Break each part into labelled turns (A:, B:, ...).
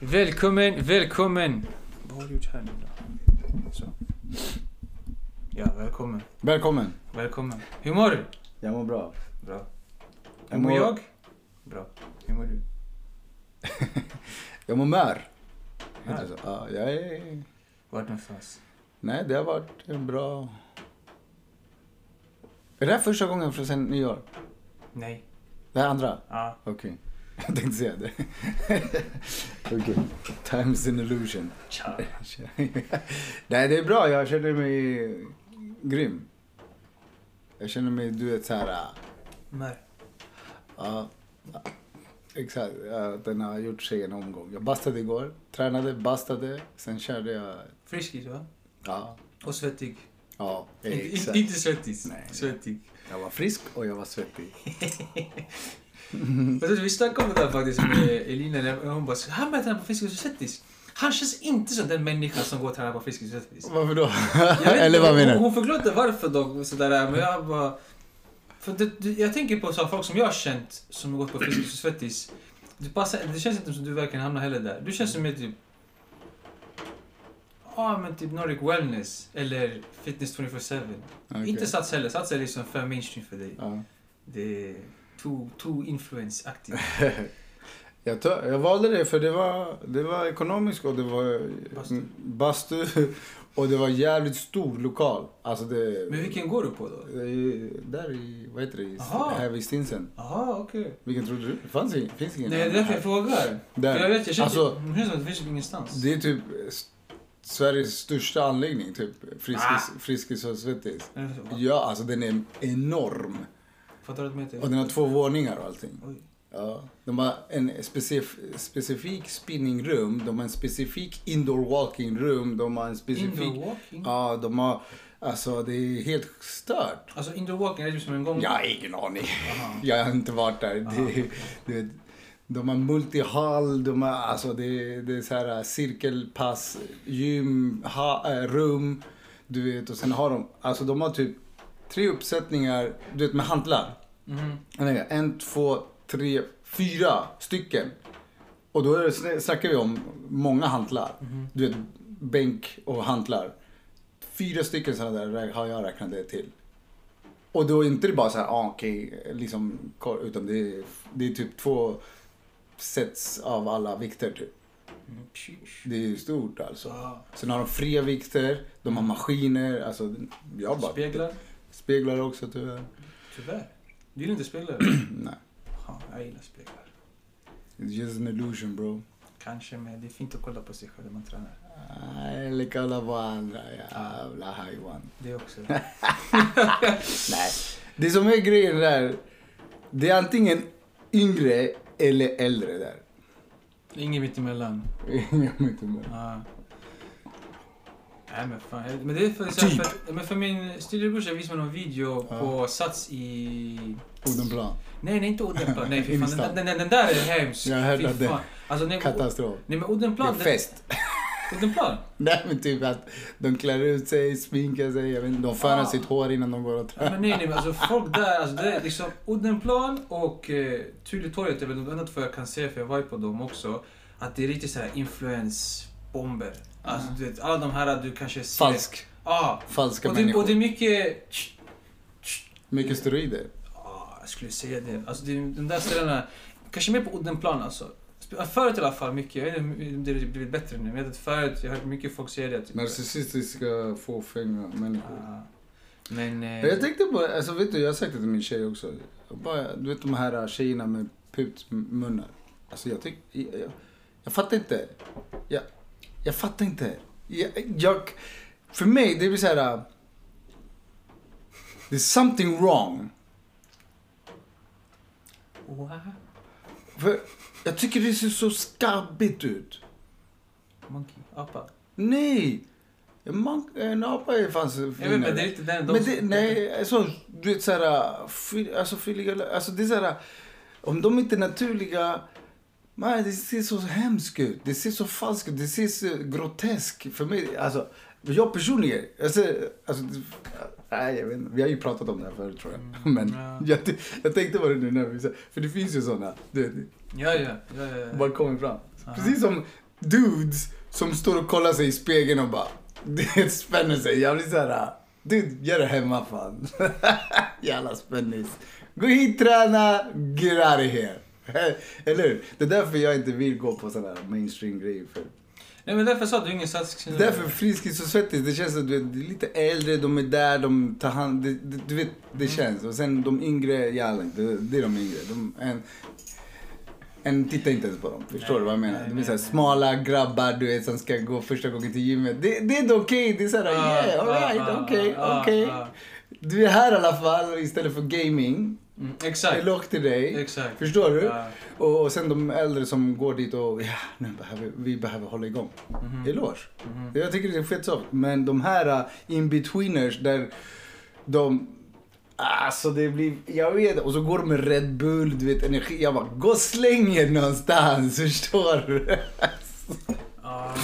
A: Välkommen, välkommen! Vad har du gjort här nu då? Så. Ja, välkommen.
B: Välkommen.
A: Välkommen. Hur mår du?
B: Jag mår bra.
A: Bra. Hur
B: Jag
A: mår
B: mår-
A: jag? Bra. Hur mår du?
B: Jag mår mör. Heter
A: Här.
B: det så? Ja, jag är...
A: Vart någonstans?
B: Nej, det har varit en bra... Är det här första gången från sen nyår?
A: Nej.
B: Det här andra?
A: Ja.
B: Okej. Jag tänkte säga det. Okej. Time is an illusion.
A: Tja.
B: Nej, det är bra. Jag känner mig grym. Jag känner mig, du vet, så här... ah,
A: Mör.
B: Ja, ja, exakt. Ja, Den har gjort sig en omgång. Jag bastade igår, tränade, bastade, sen körde jag...
A: Friskis va?
B: Ja,
A: Och svettig.
B: ja
A: Inte-
B: exakt.
A: Inte svettis.
B: Nej.
A: Svettig.
B: Jag var frisk och jag var svettig.
A: Men alltså, vi snackade om det där faktiskt med Elina. när Hon bara, han börjar träna på Friskis och Svettis. Han känns inte som den människan som går och tränar på Friskis och Svettis.
B: Varför då?
A: Jag vet
B: Eller
A: inte,
B: vad menar
A: hon,
B: du?
A: hon förklarade varför dock, sådär, men jag bara... För det, det, jag tänker på så här, folk som jag har känt som har gått på Friskis och Svettis. Det, passar, det känns inte som du verkligen hamnar heller där. Du känns som mer typ... Ja, men typ Nordic Wellness eller Fitness 24-7.
B: Okej.
A: Inte Sats heller. Sats är liksom för mainstream för dig.
B: Ja.
A: Det är too, too influence-aktigt.
B: Jag, tog, jag valde det för det var, det var ekonomiskt och det var
A: Bastu.
B: bastu och det var jävligt stor lokal. Alltså det...
A: Men vilken går du på då?
B: det är- Där i, vad heter det? I-
A: Aha.
B: Här vid Stinsen.
A: Jaha, okej.
B: Vilken trodde du? Det fanns ingen, finns ingen
A: Nej, det är
B: annan
A: därför
B: här.
A: jag frågar.
B: Där.
A: För jag vet, jag känner, Mm,
B: Alltså-
A: det känns som att det finns ingenstans.
B: Det är typ s- Sveriges största anläggning, typ. Friskis,
A: Ah.
B: friskis och Svettis.
A: Eller så.
B: Ja, alltså den är enorm.
A: Fattar du vad jag menar?
B: Och den har två våningar och allting.
A: Oj.
B: Ja. De har en specif- specifik spinningrum, de har en specifik indoor walking room, de har en specifik...
A: Indoor walking?
B: Ja, de har... Alltså det är helt stört.
A: Alltså indoor walking, är det som en gång?
B: Jag har ingen aning.
A: Aha.
B: Jag har inte varit där. Det, du vet, de har multihall, de har, alltså det, det är så här äh, cirkelpass, gym, ha, eh, rum. Du vet, och sen har de, alltså de har typ tre uppsättningar, du vet med hantlar.
A: Mhm.
B: Nej, En, två, tre, fyra stycken. Och då är det, sn- snackar vi om många hantlar.
A: Mhm.
B: Du vet, bänk och hantlar. Fyra stycken sådana där rä- har jag räknat det till. Och då är inte det bara så här, ah, okej, liksom, kor- utan det är, det är typ två sets av alla vikter typ.
A: Mm. Sheesh.
B: Det är ju stort alltså.
A: Så.
B: Sen har de fria vikter, de har maskiner, alltså, jag bara...
A: Speglar?
B: Speglar också tyvärr.
A: Tyvärr. Du gillar inte speglar?
B: Nej,
A: Ja, jag gillar speglar.
B: it's just an illusion bro.
A: Kanske, men det är fint att kolla på sig själv när man tränar.
B: Eller kolla på andra jävla hajwan.
A: Det också.
B: Nej. Det som är grejen där, det är antingen yngre eller äldre där.
A: Inget mittemellan.
B: Jag vet inte.
A: Ja. Nej men fan. jag- Men det är för, så här, för, eh, men för min styvbrorsa visade mig någon video
B: Typ. Ja.
A: på Sats i
B: Odenplan.
A: Nej, nej inte Odenplan. Nej, fy fan.
B: Innerstad.
A: Den, den, den, den där är hemsk.
B: Jag hörde
A: Fy
B: att det-
A: fan. Alltså, nej, men-
B: Katastrof.
A: nej men
B: Det är
A: Odenplan. den-
B: fest.
A: Odenplan?
B: Nej men typ att de klär ut sig, sminkar sig, jag vet inte, de
A: Ah.
B: fönar sitt hår innan de går och
A: Ja,
B: tränar.
A: Men nej, nej, men alltså folk där, alltså det är liksom Odenplan och eh, Tulletorget är väl de enda två jag kan se, för jag var ju på dem också, att det är riktigt såhär influensbomber. Alltså du vet, alla de här att du kanske ser...
B: Mm. Falsk.
A: Ja.
B: Falska
A: Och det,
B: människor.
A: och det är mycket...
B: Mycket steroider.
A: Ja, jag skulle säga det. Alltså det, är de där ställena, kanske mer på Odenplan alltså. Sp- Förut i alla fall mycket, jag vet inte om det har blivit bättre nu, men jag vet att förut, jag har hört mycket folk säga det. Typ.
B: Narcissistiska, fåfänga människor.
A: Ja. Men... eh,
B: Men Jag tänkte på, alltså vet du, jag har sagt det till min tjej också. Jag Bara, du vet de här tjejerna med putmunnar. Alltså jag tycker, jag, jag, jag fattar inte. Jag, jag fattar inte. Jag, jag, för mig, det blir så här. uh, There's something wrong.
A: Wow.
B: För jag tycker det ser så skabbigt ut.
A: Monkey, apa.
B: Nej! En man- En apa är fan så
A: Jag vet men det är inte den. de
B: Men
A: som-
B: det, nej, alltså, du vet såhär, fyll, alltså fylliga, alltså det är såhär, om de inte är naturliga, nej, det ser så hemskt ut, det ser så falskt ut, det ser så groteskt för mig, alltså, jag personligen, alltså, alltså nej, jag vet inte, vi har ju pratat om det här förut tror jag, men
A: Mm. ja.
B: jag, t- jag tänkte på det nu när vi, sa- för det finns ju sådana, du vet,
A: Ja, ja. ja, ja, ja.
B: bara kommer fram.
A: Aha.
B: Precis som dudes som står och kollar sig i spegeln och bara det spänner sig. Jag blir såhär, du gör det hemma fan. Jävla spännis. Gå hit träna, get out of here. Eller hur? Det är därför jag inte vill gå på sådana här mainstream grejer. För
A: Nej men därför sa du ingen satsning.
B: Därför Friskis och Svettis, det känns att du vet, det är lite äldre, de är där, de tar hand det, det, Du vet, det
A: Mm.
B: känns. Och sen de yngre, jävlar det, det är de yngre. De, en, en tittar inte ens på dem. Förstår du vad jag menar?
A: nej,
B: de är
A: nej,
B: såhär smala grabbar du vet som ska gå första gången till gymmet. Det, det är inte okej. Det är såhär,
A: Ah,
B: yeah,
A: ah, ah,
B: alright, okej,
A: ah,
B: okej.
A: ah.
B: Du är här i alla fall istället för gaming.
A: Mm, exakt.
B: Eloge till dig.
A: Exakt.
B: Förstår du?
A: Ja.
B: Och, och sen de äldre som går dit och ja, nu behöver, vi behöver hålla igång. Eloge. Jag tycker det är fett soft. Men de här uh, in-betweeners där de... Alltså det blir... Jag vet Och så går de med Red Bull, du vet energi. Jag bara, gå och släng er någonstans, förstår du?
A: Ja.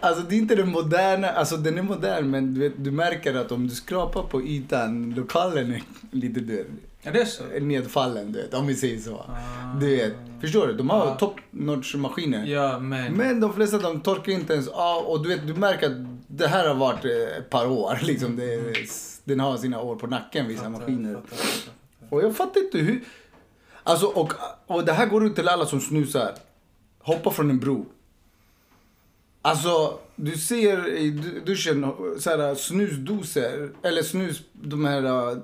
B: Alltså det är inte den moderna, alltså den är modern men du, vet, du märker att om du skrapar på ytan, lokalen är lite du vet,
A: Ja, det är så.
B: nedfallen, du vet, om vi säger så.
A: Ah.
B: Du vet, förstår du? De har
A: Ja.
B: top notch maskiner.
A: Ja, men.
B: Men de flesta de torkar inte ens av och du vet, du märker att det här har varit eh, ett par år liksom. Det, är- den har sina år på nacken vissa
A: Fattar,
B: maskiner.
A: fattar, fattar.
B: Och jag fattar inte hur... Alltså och, och det här går ut till alla som snusar. Hoppa från en bro. Alltså, du ser i du- duschen så här, snusdoser, eller snus, de här uh,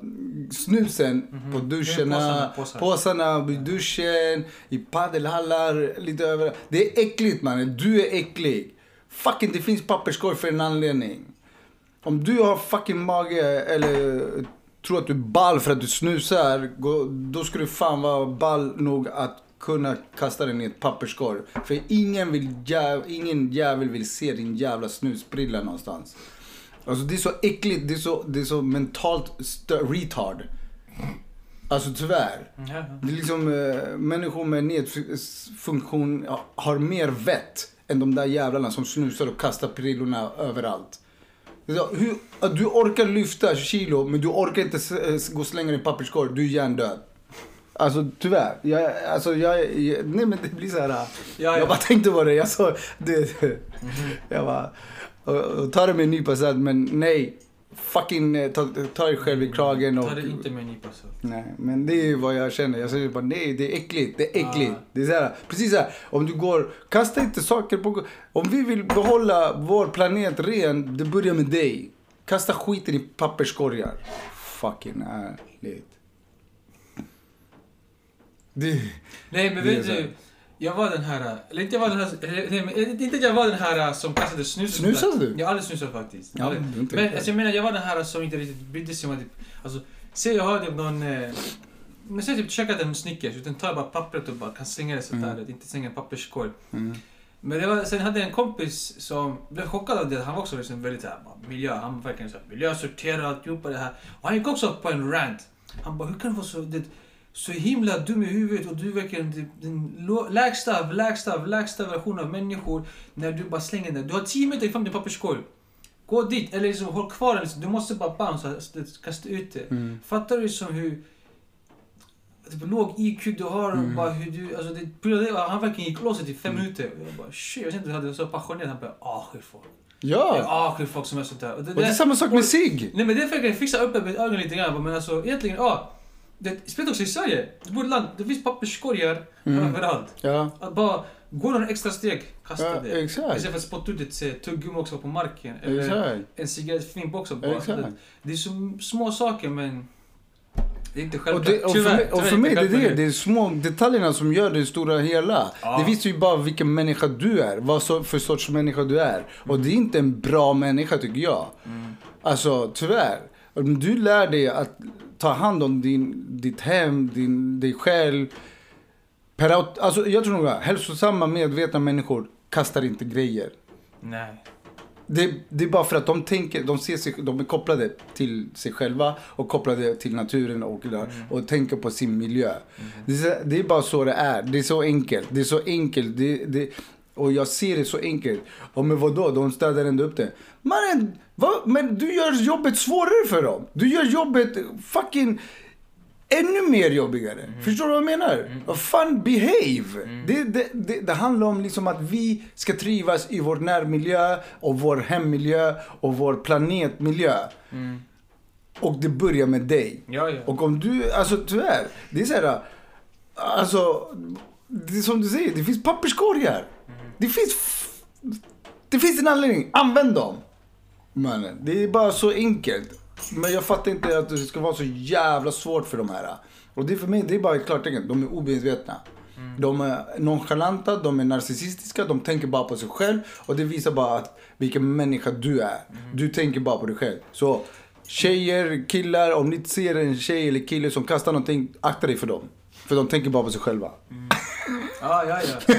B: snusen på
A: Mhm. Påsarna,
B: duscherna,
A: påsar.
B: påsarna i duschen, i paddelhallar, lite överallt. Det är äckligt mannen, du är äcklig. Fucking det finns papperskorg för en anledning. Om du har fucking mage eller tror att du är ball för att du snusar, gå- då ska du fan vara ball nog att kunna kasta den i ett papperskorg. För ingen, vill jä- ingen jävel vill se din jävla snusprilla någonstans. Alltså det är så äckligt, det är så, det är så mentalt stö- retard. Alltså tyvärr.
A: Ja, ja.
B: Det är liksom eh, människor med nedfunktion ja, har mer vett än de där jävlarna som snusar och kastar prillorna överallt. Det är så, Hur, att du orkar lyfta kilo men du orkar inte s- eh, gå och slänga din papperskorg, du är hjärndöd. Alltså tyvärr. Jag, alltså, jag, jag, nej men det blir så här. eh,
A: ja.
B: Jag bara tänkte på det. Jag sa det. Jag bara. Och, och ta det med en nypa salt men nej. Fucking eh, ta, ta dig själv i kragen och.
A: Ta det inte med en nypa salt.
B: Nej, men det är ju vad jag känner. Jag säger bara nej, det är äckligt. Det är äckligt.
A: Ah.
B: Det är så här, precis så här, om du går, kasta inte saker på Om vi vill behålla vår planet ren, det börjar med dig. Kasta skiten i papperskorgar. Fucking ärligt. Det,
A: Nej men
B: Det är
A: vet
B: så här.
A: du, jag var den här, eller inte jag var den här, eller, nej, men, inte att jag var den här äh, som kastade snus.
B: Snusade du?
A: Jag har aldrig snusat faktiskt.
B: Ja,
A: Aldrig.
B: men det är inte
A: men
B: riktigt.
A: alltså, jag menar, jag var den här som inte riktigt brydde sig om att, typ, alltså, se jag har typ någon, eh, men säg typ käkat en Snickers, utan tar jag bara pappret och bara kan slänga det sådär, mm. inte slänga en papperskorg.
B: mm.
A: Men det var, sen hade jag en kompis som blev chockad av det. Han var också liksom väldigt såhär, bara, miljö, han var verkligen såhär, miljösorterad alltihopa det här. Och han gick också på en rant. Han bara, hur kan du vara så, det, så himla dum i huvudet och du verkar den, den lå- lägsta av lägsta av lägsta version av människor när du bara slänger den. Du har 10 meter fram din papperskorg. Gå dit, eller liksom håll kvar den. Liksom. Du måste bara bam, så här, så det- kasta ut det.
B: Mm.
A: Fattar du liksom hur typ, låg IQ du har och
B: Mm.
A: bara hur du... Alltså det, på grund av det, han verkligen gick loss i typ fem minuter. Och jag bara shit, jag kände att han var så passionerad. Han bara avskyr folk. Jag
B: Ja,
A: avskyr folk som är sånt där. Och det,
B: och det är
A: där-
B: samma sak med sig.
A: Nej men det fick jag fixa upp med ögonen lite grann. Jag bara, Men alltså egentligen, ja. Det spelar också i Sverige. Det bor i land, det finns papperskorgar
B: Mm.
A: överallt.
B: Ja,
A: Att bara gå några extra steg, kasta
B: ja
A: det.
B: exakt.
A: Istället för att spotta ut ett eh, tuggummi också på marken. Eller
B: Exakt.
A: en cigarettfimp också. Bara.
B: Exakt.
A: Det är så små saker men det är inte
B: Och,
A: självklart.
B: det, och, för
A: Tyvärr,
B: mig, och
A: tyvärr
B: för
A: inte
B: mig det är
A: självklart.
B: det, det är små detaljerna som gör det stora hela.
A: Ja.
B: Det visar ju bara vilken människa du är, vad så, för sorts människa du är. Och det är inte en bra människa tycker jag.
A: Mm.
B: Alltså tyvärr. Om du lär dig att ta hand om din, ditt hem, din, dig själv. Per, aut- alltså, jag tror nog att hälsosamma medvetna människor kastar inte grejer.
A: Nej.
B: Det, det är bara för att de tänker, de ser sig, de är kopplade till sig själva och kopplade till naturen och, och tänker på sin miljö. Det, är, så- det är bara så det är. Det är så enkelt. Det är så enkelt. Det, det, och jag ser det så enkelt. Och men vadå, de städar ändå upp det. Mannen, vad? men du gör jobbet svårare för dem. Du gör jobbet fucking ännu mer jobbigare. Förstår du vad jag menar? Vad Fan, behave! Det, det, det, det handlar om liksom att vi ska trivas i vår närmiljö och vår hemmiljö och vår planetmiljö. Och det börjar med dig.
A: Ja, ja.
B: Och om du, alltså tyvärr, det är så här, alltså, det är som du säger, det finns papperskorgar. Det finns, f- det finns en anledning, använd dem. Mannen, det är bara så enkelt. Men jag fattar inte att det ska vara så jävla svårt för de här. Och det är för mig, det är bara ett klartecken, de är omedvetna. De är nonchalanta, de är narcissistiska, de tänker bara på sig själv. Och det visar bara att vilken människa du är. Du tänker bara på dig själv. Så Tjejer, killar, om ni ser en tjej eller kille som kastar någonting, akta dig för dem. För de tänker bara på sig själva.
A: Ja, ja, ja.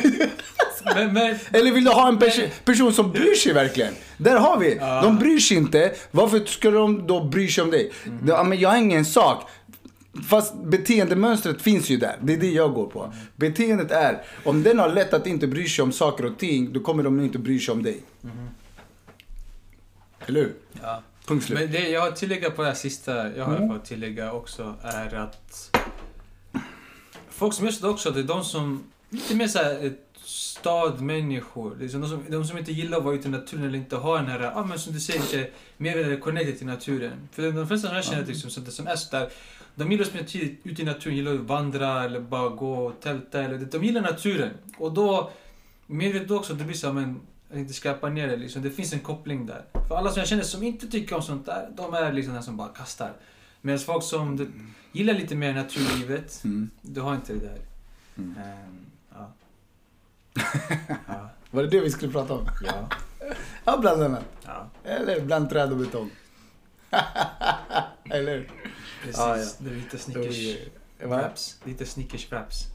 A: Men, men,
B: Eller vill du ha en pers- person som bryr sig verkligen? Där har vi! De bryr sig inte. Varför ska de då bry sig om dig?
A: Mm.
B: Ja, men jag har ingen sak. Fast beteendemönstret finns ju där. Det är det jag går på. Beteendet är, om den har lätt att inte bry sig om saker och ting, då kommer de inte bry sig om dig. Eller hur?
A: Mm-hmm. ja.
B: Punkt slut.
A: Men det jag har att tillägga på det här sista, jag har fått tillägga också, är att folk som gör sådär också, det är de som lite mer såhär eh, stadmänniskor. Liksom de, som, de som inte gillar att vara ute i naturen eller inte har den här, ah, men som du säger, inte mer eller connected till naturen. För de flesta som jag känner liksom, som, som är sådär, de gillar som är tid- ute i naturen, gillar att vandra eller bara gå och tälta. Eller, de gillar naturen. Och då, medvetet också, det blir så här, men jag tänkte skräpa ner det liksom. Det finns en koppling där. För alla som jag känner som inte tycker om sånt där, de är liksom den som bara kastar. Medan folk som du, gillar lite mer naturlivet,
B: Mm.
A: du har inte det där.
B: Mm.
A: Ehm, ja. ja.
B: Var det det vi skulle prata om?
A: Ja.
B: Ja, bland annat.
A: Ja.
B: Eller bland träd och betong. Eller
A: Precis.
B: Ja, ja.
A: Det är lite snickers...
B: hur?
A: Raps. Lite snickers raps.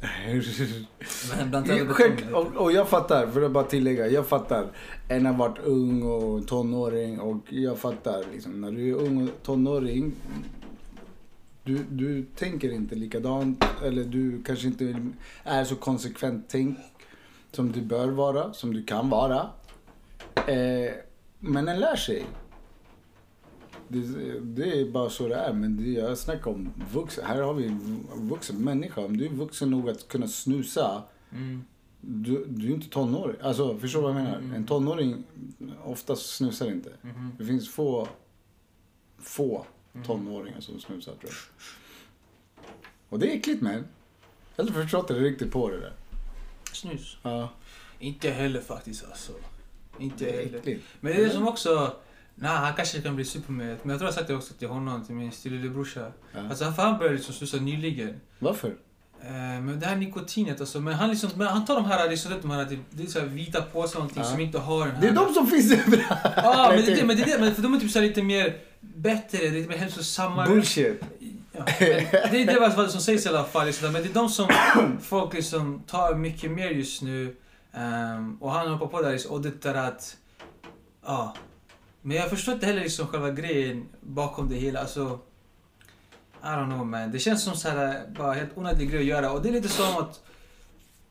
A: Men bland
B: Själv, och, och jag fattar, för att bara tillägga, jag fattar. En har varit ung och tonåring och jag fattar. Liksom, när du är ung och tonåring, du, du tänker inte likadant eller du kanske inte är så konsekvent tänk som du bör vara, som du kan vara. Eh, men en lär sig. Det, det är bara så det är. Men det, jag snackar om vuxen. Här har vi en vuxen människa. Om du är vuxen nog att kunna snusa.
A: Mm.
B: Du, du är inte tonåring. Alltså, förstår du vad jag menar? En tonåring oftast snusar inte.
A: Mhm.
B: Det finns få, få tonåringar som snusar tror jag. Och det är äckligt men. Jag har inte förstått det riktigt på det där.
A: Snus.
B: Ja,
A: Inte heller faktiskt alltså. Inte
B: det är
A: heller.
B: äckligt.
A: Men det är det
B: Mm.
A: som också... Nej, han kanske kan bli supermed. Men jag tror jag har sagt det också till honom, till min styvlillebrorsa.
B: Ja.
A: Alltså han- för han började liksom snusa nyligen.
B: Varför?
A: Eh, Men det här nikotinet alltså. Men han, liksom, men han tar de här, liksom, de här, typ- det är så här vita påsar och någonting
B: Ja.
A: som inte har den här...
B: Det är de som finns överallt.
A: Ja, men det, är det, men det är det. Men för de är typ så här lite mer bättre, lite mer hälsosammare.
B: Bullshit.
A: Ja, men det är det vad som sägs i alla fall. Liksom. Men det är de som folk liksom tar mycket mer just nu. Ehm, och han hoppar på det här liksom, och det där att... Ja. Men jag förstår inte heller liksom själva grejen bakom det hela. Alltså, I don't know man. Det känns som så här, eh, bara helt onödig grej att göra. Och det är lite som att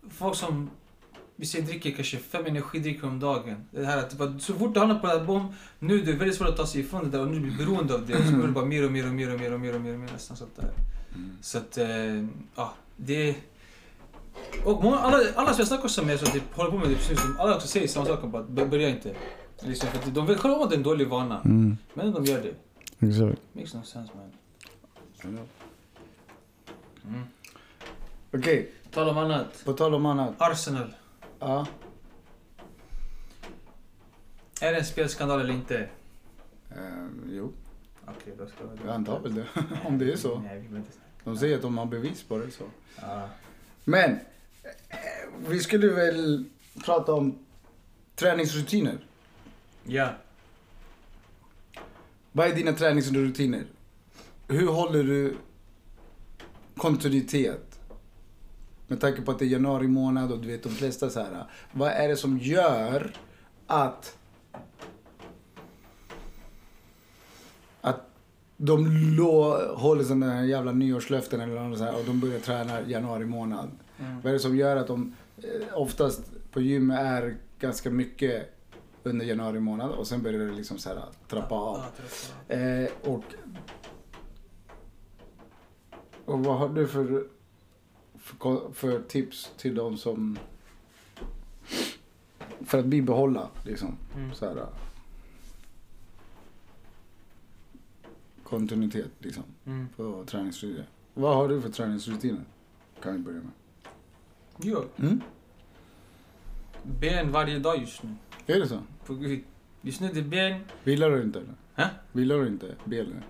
A: folk som vi säger dricker kanske fem energidrycker om dagen. Det här att typ, att så fort du hamnar på det här bom, nu är det väldigt svårt att ta sig ifrån det där och nu blir du beroende av det. Och så blir det bara mer och mer och mer och mer och mer och mer och mer nästan sånt där. Så att, eh, ja, det... Och många, alla, alla som jag snackar med som typ, håller på med det precis som alla också säger samma sak om att "Bör- börja inte. Liksom, för att de vet själva om att det är en dålig vana.
B: Mm,
A: Men de gör det.
B: exakt.
A: Makes no sense man. Mm.
B: Okej,
A: Tala om annat.
B: på tal om annat.
A: Arsenal.
B: Ja.
A: Är det en spelskandal eller inte?
B: Eh, jo,
A: Okej, då ska
B: jag antar väl det. om det är så.
A: Nej, vi behöver inte snacka.
B: De säger att de har bevis på det. så.
A: Ja.
B: Men, eh, vi skulle väl prata om träningsrutiner.
A: Ja.
B: Vad är dina träningsrutiner? Hur håller du kontinuitet? Med tanke på att det är januari månad och du vet de flesta så här. Vad är det som gör att att de lå, håller sina här jävla nyårslöften eller något så här och de börjar träna januari månad?
A: Mm.
B: Vad är det som gör att de eh, oftast på gym är ganska mycket under januari månad och sen börjar det liksom så här trappa av?
A: Ja, trappa av.
B: Eh, och Och vad har du för, för, för tips till de som... För att bibehålla liksom.
A: Mm.
B: Så här, kontinuitet liksom
A: Mm.
B: på träningsstudier. Vad har du för träningsrutiner? Kan vi börja med.
A: Jo,
B: Mm?
A: ben varje dag just nu.
B: Är det så?
A: På gud. Just nu det är ben.
B: Vilar du inte eller?
A: Hä?
B: Vilar du inte? Belen?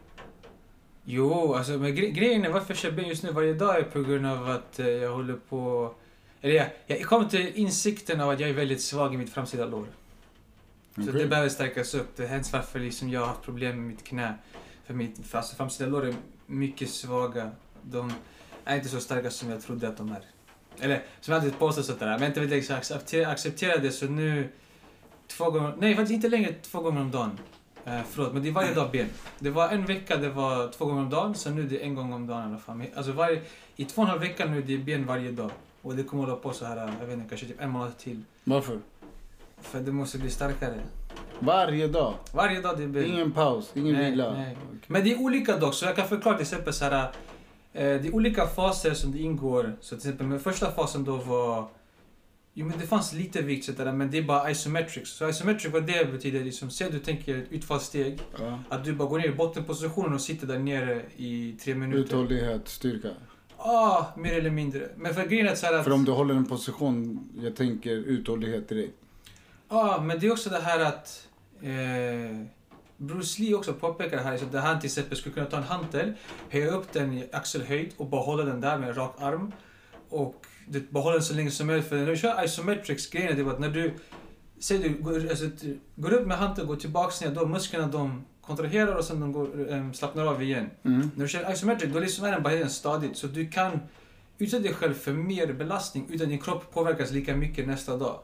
A: Jo, alltså men gre- grejen är varför jag kör ben just nu varje dag är på grund av att eh, jag håller på... Eller jag, jag kom till insikten av att jag är väldigt svag i mitt framsida lår. Så det behöver stärkas upp. Det är hemskt varför liksom jag har haft problem med mitt knä. För mitt för alltså framsida lår är mycket svaga. De är inte så starka som jag trodde att de är. Eller som jag alltid påstås att det är. Men inte vet jag exakt. Acceptera, acceptera det så nu... Två gånger... Nej, faktiskt inte längre två gånger om dagen. Eh, förlåt, men det är varje dag ben. Det var en vecka, det var två gånger om dagen. Så nu är det en gång om dagen i alla fall. Men, Alltså varje, I två och en halv vecka nu är det ben varje dag. Och det kommer hålla på så här, jag vet inte, kanske typ en månad till.
B: Varför?
A: För det måste bli starkare.
B: Varje dag?
A: Varje dag det är ben.
B: Ingen paus? Ingen
A: Nej,
B: vila?
A: nej.
B: Okej.
A: Men det är olika dock, så jag kan förklara till exempel så här. eh, Det är olika faser som det ingår. Så till exempel med första fasen då var... Jo men det fanns lite vikt så där, men det är bara isometrics. Så isometric, vad det betyder liksom, se du tänker ett utfallssteg.
B: Ja.
A: Att du bara går ner i bottenpositionen och sitter där nere i tre minuter.
B: Uthållighet, styrka.
A: Ah, mer eller mindre. Men för grejen är så här att...
B: För om du håller en position, jag tänker uthållighet direkt.
A: Ja, men det är också det här att eh, Bruce Lee också påpekar det här, liksom, där han till exempel skulle kunna ta en hantel, höja upp den i axelhöjd och bara hålla den där med en rak arm. Och det, bara hålla den så länge som möjligt. För när du kör isometrics grejen är det att när du, säg du går, alltså, du går upp med hanteln och går tillbaks ner, då musklerna de kontraherar och sen de går, eh, slappnar av igen.
B: Mm.
A: När du kör isometric då liksom är den bara helt stadigt. Så du kan utsätta dig själv för mer belastning utan din kropp påverkas lika mycket nästa dag.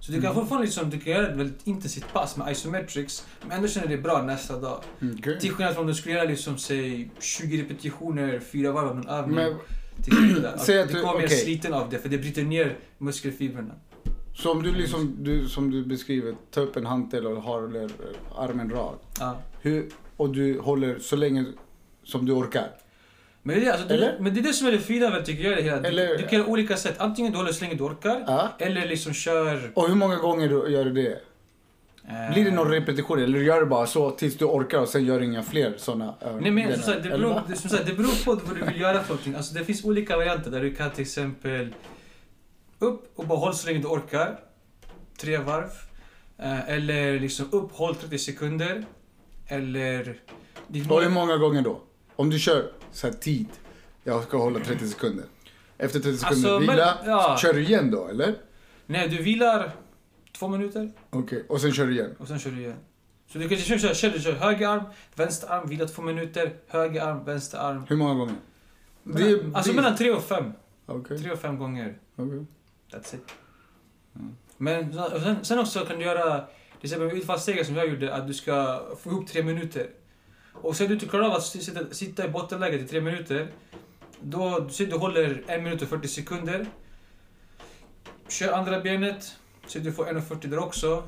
A: Så du kan
B: Mm.
A: fortfarande liksom, du kan göra ett väldigt intensivt pass med isometrics men ändå känner dig bra nästa dag.
B: Okej.
A: Till skillnad från om du skulle göra liksom, säg 20 repetitioner, fyra varv av någon övning.
B: Men
A: till exempel. Att
B: säg att
A: du
B: du-
A: kommer mer
B: okej.
A: sliten av det för det bryter ner muskelfibrerna.
B: så om du liksom, du, som du beskriver, tar upp en hantel och har eller, armen rak.
A: Ja.
B: Hur, och du håller så länge som du orkar.
A: Men, det är, det, alltså, det,
B: Eller?
A: men det är det som är det fina väl tycker jag. i Det hela. Du,
B: Eller-
A: du kan göra olika sätt. Antingen du håller så länge du orkar
B: Ja.
A: eller liksom kör...
B: Och hur många gånger du gör du det?
A: eh,
B: Blir det någon repetition eller gör du bara så tills du orkar och sen gör du inga fler eh, sådana?
A: Nej men som sagt, det beror, det, som sagt, det beror på vad du vill göra för någonting. Alltså, det finns olika varianter där du kan till exempel upp och bara håll så länge du orkar. Tre varv. Eh, Eller liksom upp, håll 30 sekunder. Eller... ditt
B: Och
A: mål-
B: hur många gånger då? Om du kör så här tid, jag ska hålla 30 sekunder. Efter 30 sekunder
A: Alltså, men-
B: vila,
A: ja.
B: kör du igen då eller?
A: Nej, du vilar två minuter
B: Okej, och sen kör du igen.
A: och sen kör du igen. Så du kanske kör, kör, kör, kör höger arm, vänster arm, vila två minuter, höger arm, vänster arm.
B: Hur många gånger?
A: Alltså mellan tre och fem.
B: Okej,
A: Tre och fem gånger.
B: okej.
A: That's it. Mm. Men och sen, sen också kan du göra, till exempel med utfallsstegen som jag gjorde, att du ska få ihop tre minuter. Och sen du inte klarar av att sitta, sitta i bottenläget i tre minuter, då du ser du håller en minut och 40 sekunder. Kör andra benet, så du får 1.40 där också.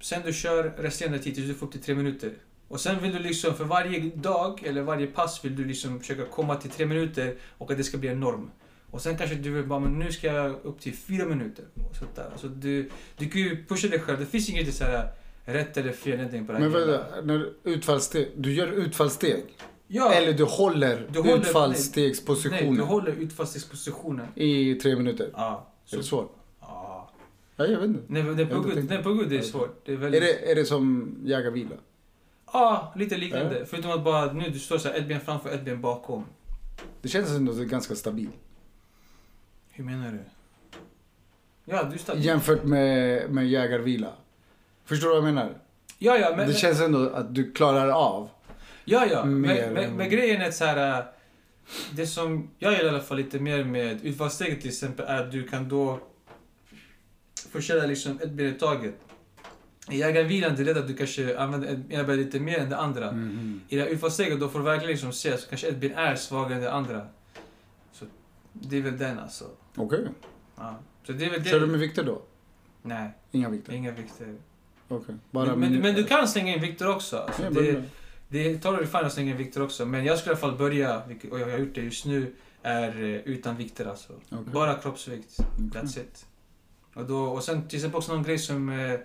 A: Sen du kör resterande tid tills du får upp till tre minuter. Och sen vill du liksom för varje dag eller varje pass vill du liksom försöka komma till tre minuter och att det ska bli en norm. Och sen kanske du vill bara, men nu ska jag upp till fyra minuter. Och sånt där. Alltså du, du kan ju pusha dig själv. Det finns inget så här rätt eller fel någonting på det här.
B: Men vänta, när du utfallssteg, du gör utfallssteg?
A: Ja,
B: Eller du håller,
A: Du håller- nej, du
B: utfallsstegspositionen
A: håller utfallsstegspositionen.
B: i tre minuter?
A: Ja.
B: Är
A: Så,
B: det svårt?
A: ja.
B: Ja, jag vet inte.
A: Nej, men det är
B: Jag
A: på
B: har inte
A: gud,
B: tänkt
A: nej, på gud det är
B: på det.
A: svårt. Det är
B: Är
A: väldigt...
B: det, är det som jaga vila?
A: Ja, lite liknande. Förutom att bara nu du står så här, ett ben framför, ett ben bakom.
B: Det känns ändå ganska stabilt.
A: Hur menar du? Ja, du står... Ja,
B: Jämfört med, med jägarvila. Förstår du vad jag menar?
A: ja, men... men-
B: det känns ändå att du klarar av.
A: Ja, ja.
B: Mer
A: Men,
B: än-
A: men, men grejen är så här... äh, Det som jag gillar i alla fall lite mer med utfallssteget till exempel är att du kan då försälja liksom ett ben i taget. I jägarvilan det är lätt att du kanske använder ett- ena benet lite mer än det andra.
B: Mm-hmm.
A: I det här utfallssteget då får du verkligen liksom se att kanske ett ben är svagare än det andra. Så det är väl den alltså.
B: Okej.
A: Ja. Så det är väl det.
B: Kör du med vikter då?
A: Nej,
B: Inga
A: det är
B: vikter?
A: inga vikter.
B: Okej. Bara
A: Men, men,
B: minuter.
A: men du kan slänga in vikter också. Alltså,
B: Ja,
A: det,
B: bara-
A: Det tar du fan att slänga vikter också, men jag skulle i alla fall börja, vilket- och jag har gjort det just nu, är eh, utan vikter alltså.
B: Okej.
A: Bara kroppsvikt. That's it. Och, då, och sen till exempel också någon grej som, eh, eh,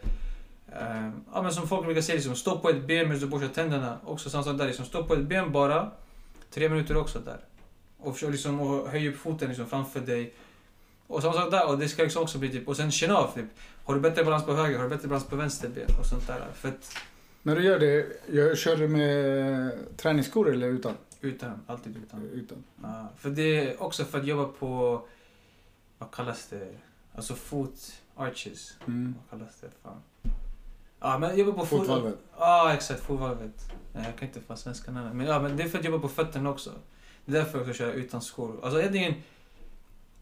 A: ja, men som folk brukar säga, liksom, stå på ett ben medan du borstar tänderna. Också samma sak där, liksom, stå på ett ben bara. Tre minuter också där. Och, försök, liksom, och höj upp foten liksom, framför dig. Och samma sak där, och det ska liksom också bli typ, och sen känna av typ. Har du bättre balans på höger, har du bättre balans på vänster ben? Och sånt där. För att,
B: När du gör det, jag kör du med träningsskor eller utan?
A: utan, alltid utan.
B: Utan.
A: Ja, för det är också för att jobba på, vad kallas det? Alltså fot arches.
B: Mm.
A: Vad kallas det? Fan. Ja, men jobba på fot-
B: Fotvalvet.
A: Ja, exakt. Fotvalvet. Nej, jag kan inte fan svenska namn. Men, ja, men det är för att jobba på fötterna också. Det är därför jag också kör utan skor. Alltså egentligen,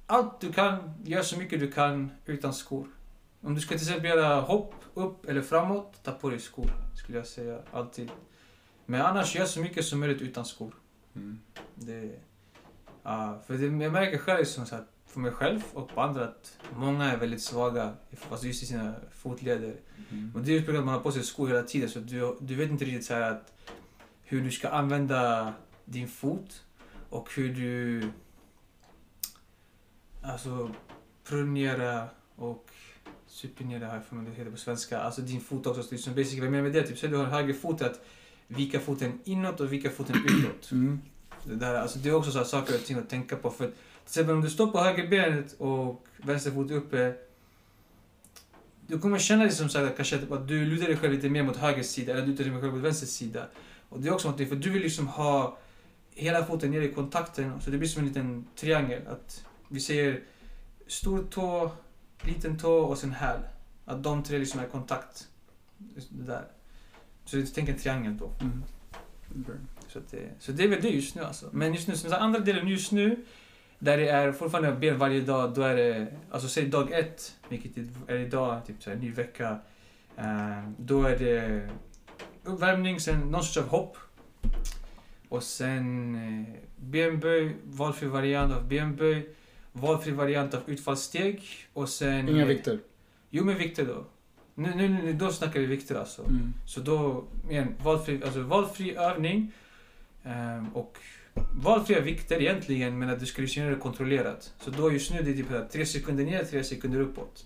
A: allt du kan, gör så mycket du kan utan skor. Om du ska till exempel göra hopp upp eller framåt, ta på dig skor. Skulle jag säga, alltid. Men annars, gör så mycket som möjligt utan skor.
B: Mm.
A: Det, ja, för det, jag märker själv, som så här, för mig själv och på andra, att många är väldigt svaga i- alltså just i sina fotleder.
B: Mm.
A: Och det är just på grund av att man har på sig skor hela tiden, så du, du vet inte riktigt så här att, hur du ska använda din fot och hur du alltså pronera och supinera här för mig det heter på svenska. Alltså din fot också. Så liksom basically, vad jag menar med det? Typ, säg du har en höger fot, att vika foten inåt och vika foten utåt.
B: Mm.
A: Det, där, alltså det är också så här saker och ting att tänka på. För att, till exempel om du står på högerbenet och vänster fot uppe. Du kommer känna liksom så här, kanske att du lutar dig själv lite mer mot höger sida eller du lutar dig själv mot vänster sida. Och det är också någonting, för du vill liksom ha hela foten ner i kontakten. Så det blir som en liten triangel. Att vi säger stor tå, liten tå och sen häl. Att de tre liksom är i kontakt. Just Det där. Så tänk en triangel då.
B: Mm. Okej.
A: Så, att det, så det är väl det just nu alltså. Men just nu, som sagt, andra delen just nu, där det är fortfarande ben varje dag, då är det, alltså säg dag ett, vilket är idag, typ så här, ny vecka. eh, då är det uppvärmning, sen någon sorts av hopp. Och sen eh, benböj, valfri variant av benböj, valfri variant av utfallssteg och sen...
B: Inga vikter.
A: Jo men vikter då. Nu, nu, nu, då snackar vi vikter alltså.
B: Mm.
A: Så då, igen, valfri, alltså valfri övning ehm, och valfria vikter egentligen, men att du skulle känna det kontrollerat. Så då just nu det är typ så här, tre sekunder ner, tre sekunder uppåt.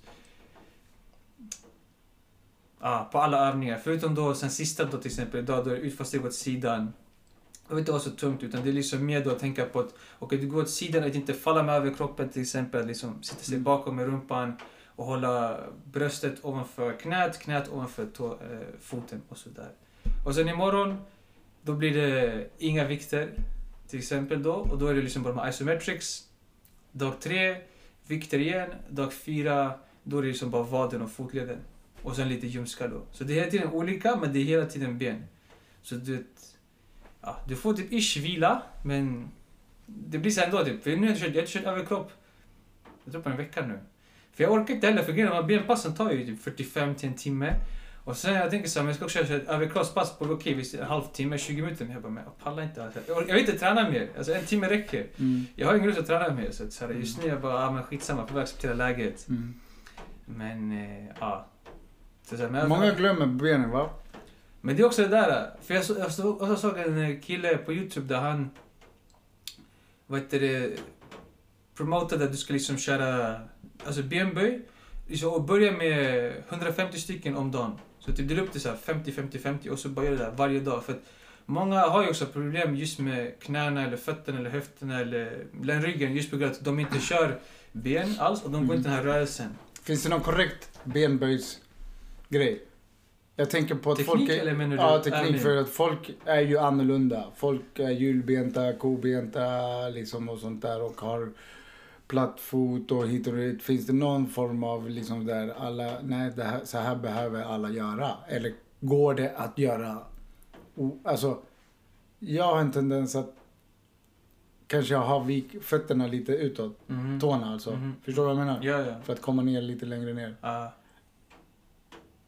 A: Ah, på alla övningar, förutom då sen sista då till exempel idag, då är det utfallssteg åt sidan. Det behöver inte vara så tungt utan det är liksom mer då att tänka på att okej, du går åt sidan att inte falla med överkroppen till exempel, att liksom sitta sig
B: Mm.
A: bakom med rumpan och hålla bröstet ovanför knät, knät ovanför tå, eh, foten och sådär. Och sen imorgon, då blir det inga vikter till exempel då och då är det liksom bara de här isometrics. Dag tre, vikter igen. Dag fyra, då är det liksom bara vaden och fotleden. Och sen lite ljumskar då. Så det är hela tiden olika, men det är hela tiden ben. Så du vet, ja, du får typ ish vila, men det blir så ändå typ. För nu har jag inte kört, jag har inte kört överkropp, jag tror på en vecka nu. För jag orkar inte heller, för grejen är att benpassen tar ju typ 45 till en timme. Och sen jag tänker så här, men jag ska också köra ett överkroppspass på, okej visst en halvtimme, 20 minuter. Men jag bara, men jag pallar inte. Alltså. Jag, orkar, jag vill inte träna mer. Alltså en timme räcker.
B: Mm.
A: Jag har ingen lust att träna mer. Så, att så här, just nu jag bara, ah, men skitsamma, jag får acceptera läget.
B: Mm.
A: Men, eh, ja. Så, så här, men,
B: Många glömmer benen va?
A: men det är också det där. För jag, så, jag, så, jag såg en eh, kille på Youtube där han... Vad heter det? Promotade att du ska liksom köra alltså benböj. Liksom, och börja med 150 stycken om dagen. Så typ dela upp det så här 50, 50, 50 och så bara gör det där varje dag. För att många har ju också problem just med knäna eller fötterna eller höfterna eller, eller ryggen just på grund av att de inte kör ben alls och de går inte den här rörelsen.
B: Finns det någon korrekt benböjsgrej? Jag tänker på att
A: Teknik
B: folk är...
A: eller menar du?
B: Ja, teknik.
A: övning?
B: För att folk är ju annorlunda. Folk är hjulbenta, kobenta liksom och sånt där och har platt fot och hit och dit. Finns det någon form av liksom där alla, nej det här, så här behöver alla göra. Eller går det att göra? O, alltså, jag har en tendens att kanske jag har vik fötterna lite utåt.
A: Mhm.
B: Tårna alltså.
A: Mhm.
B: Förstår du vad jag menar?
A: Ja, ja.
B: För att komma ner lite längre ner.
A: Ah.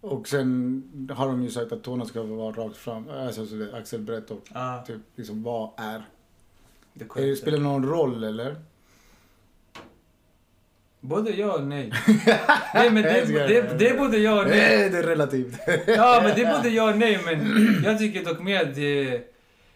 B: Och sen har de ju sagt att tårna ska vara rakt fram, alltså så det är axelbrett och
A: ah.
B: typ liksom vad är?
A: Det
B: är det,
A: korrekta.
B: spelar det någon roll eller?
A: Både ja och nej. nej men det,
B: Älskar
A: det,
B: det.
A: det är både ja och nej.
B: Nej, det är Eh, relativt.
A: Ja, men det är både ja och nej. Men jag tycker dock mer att det...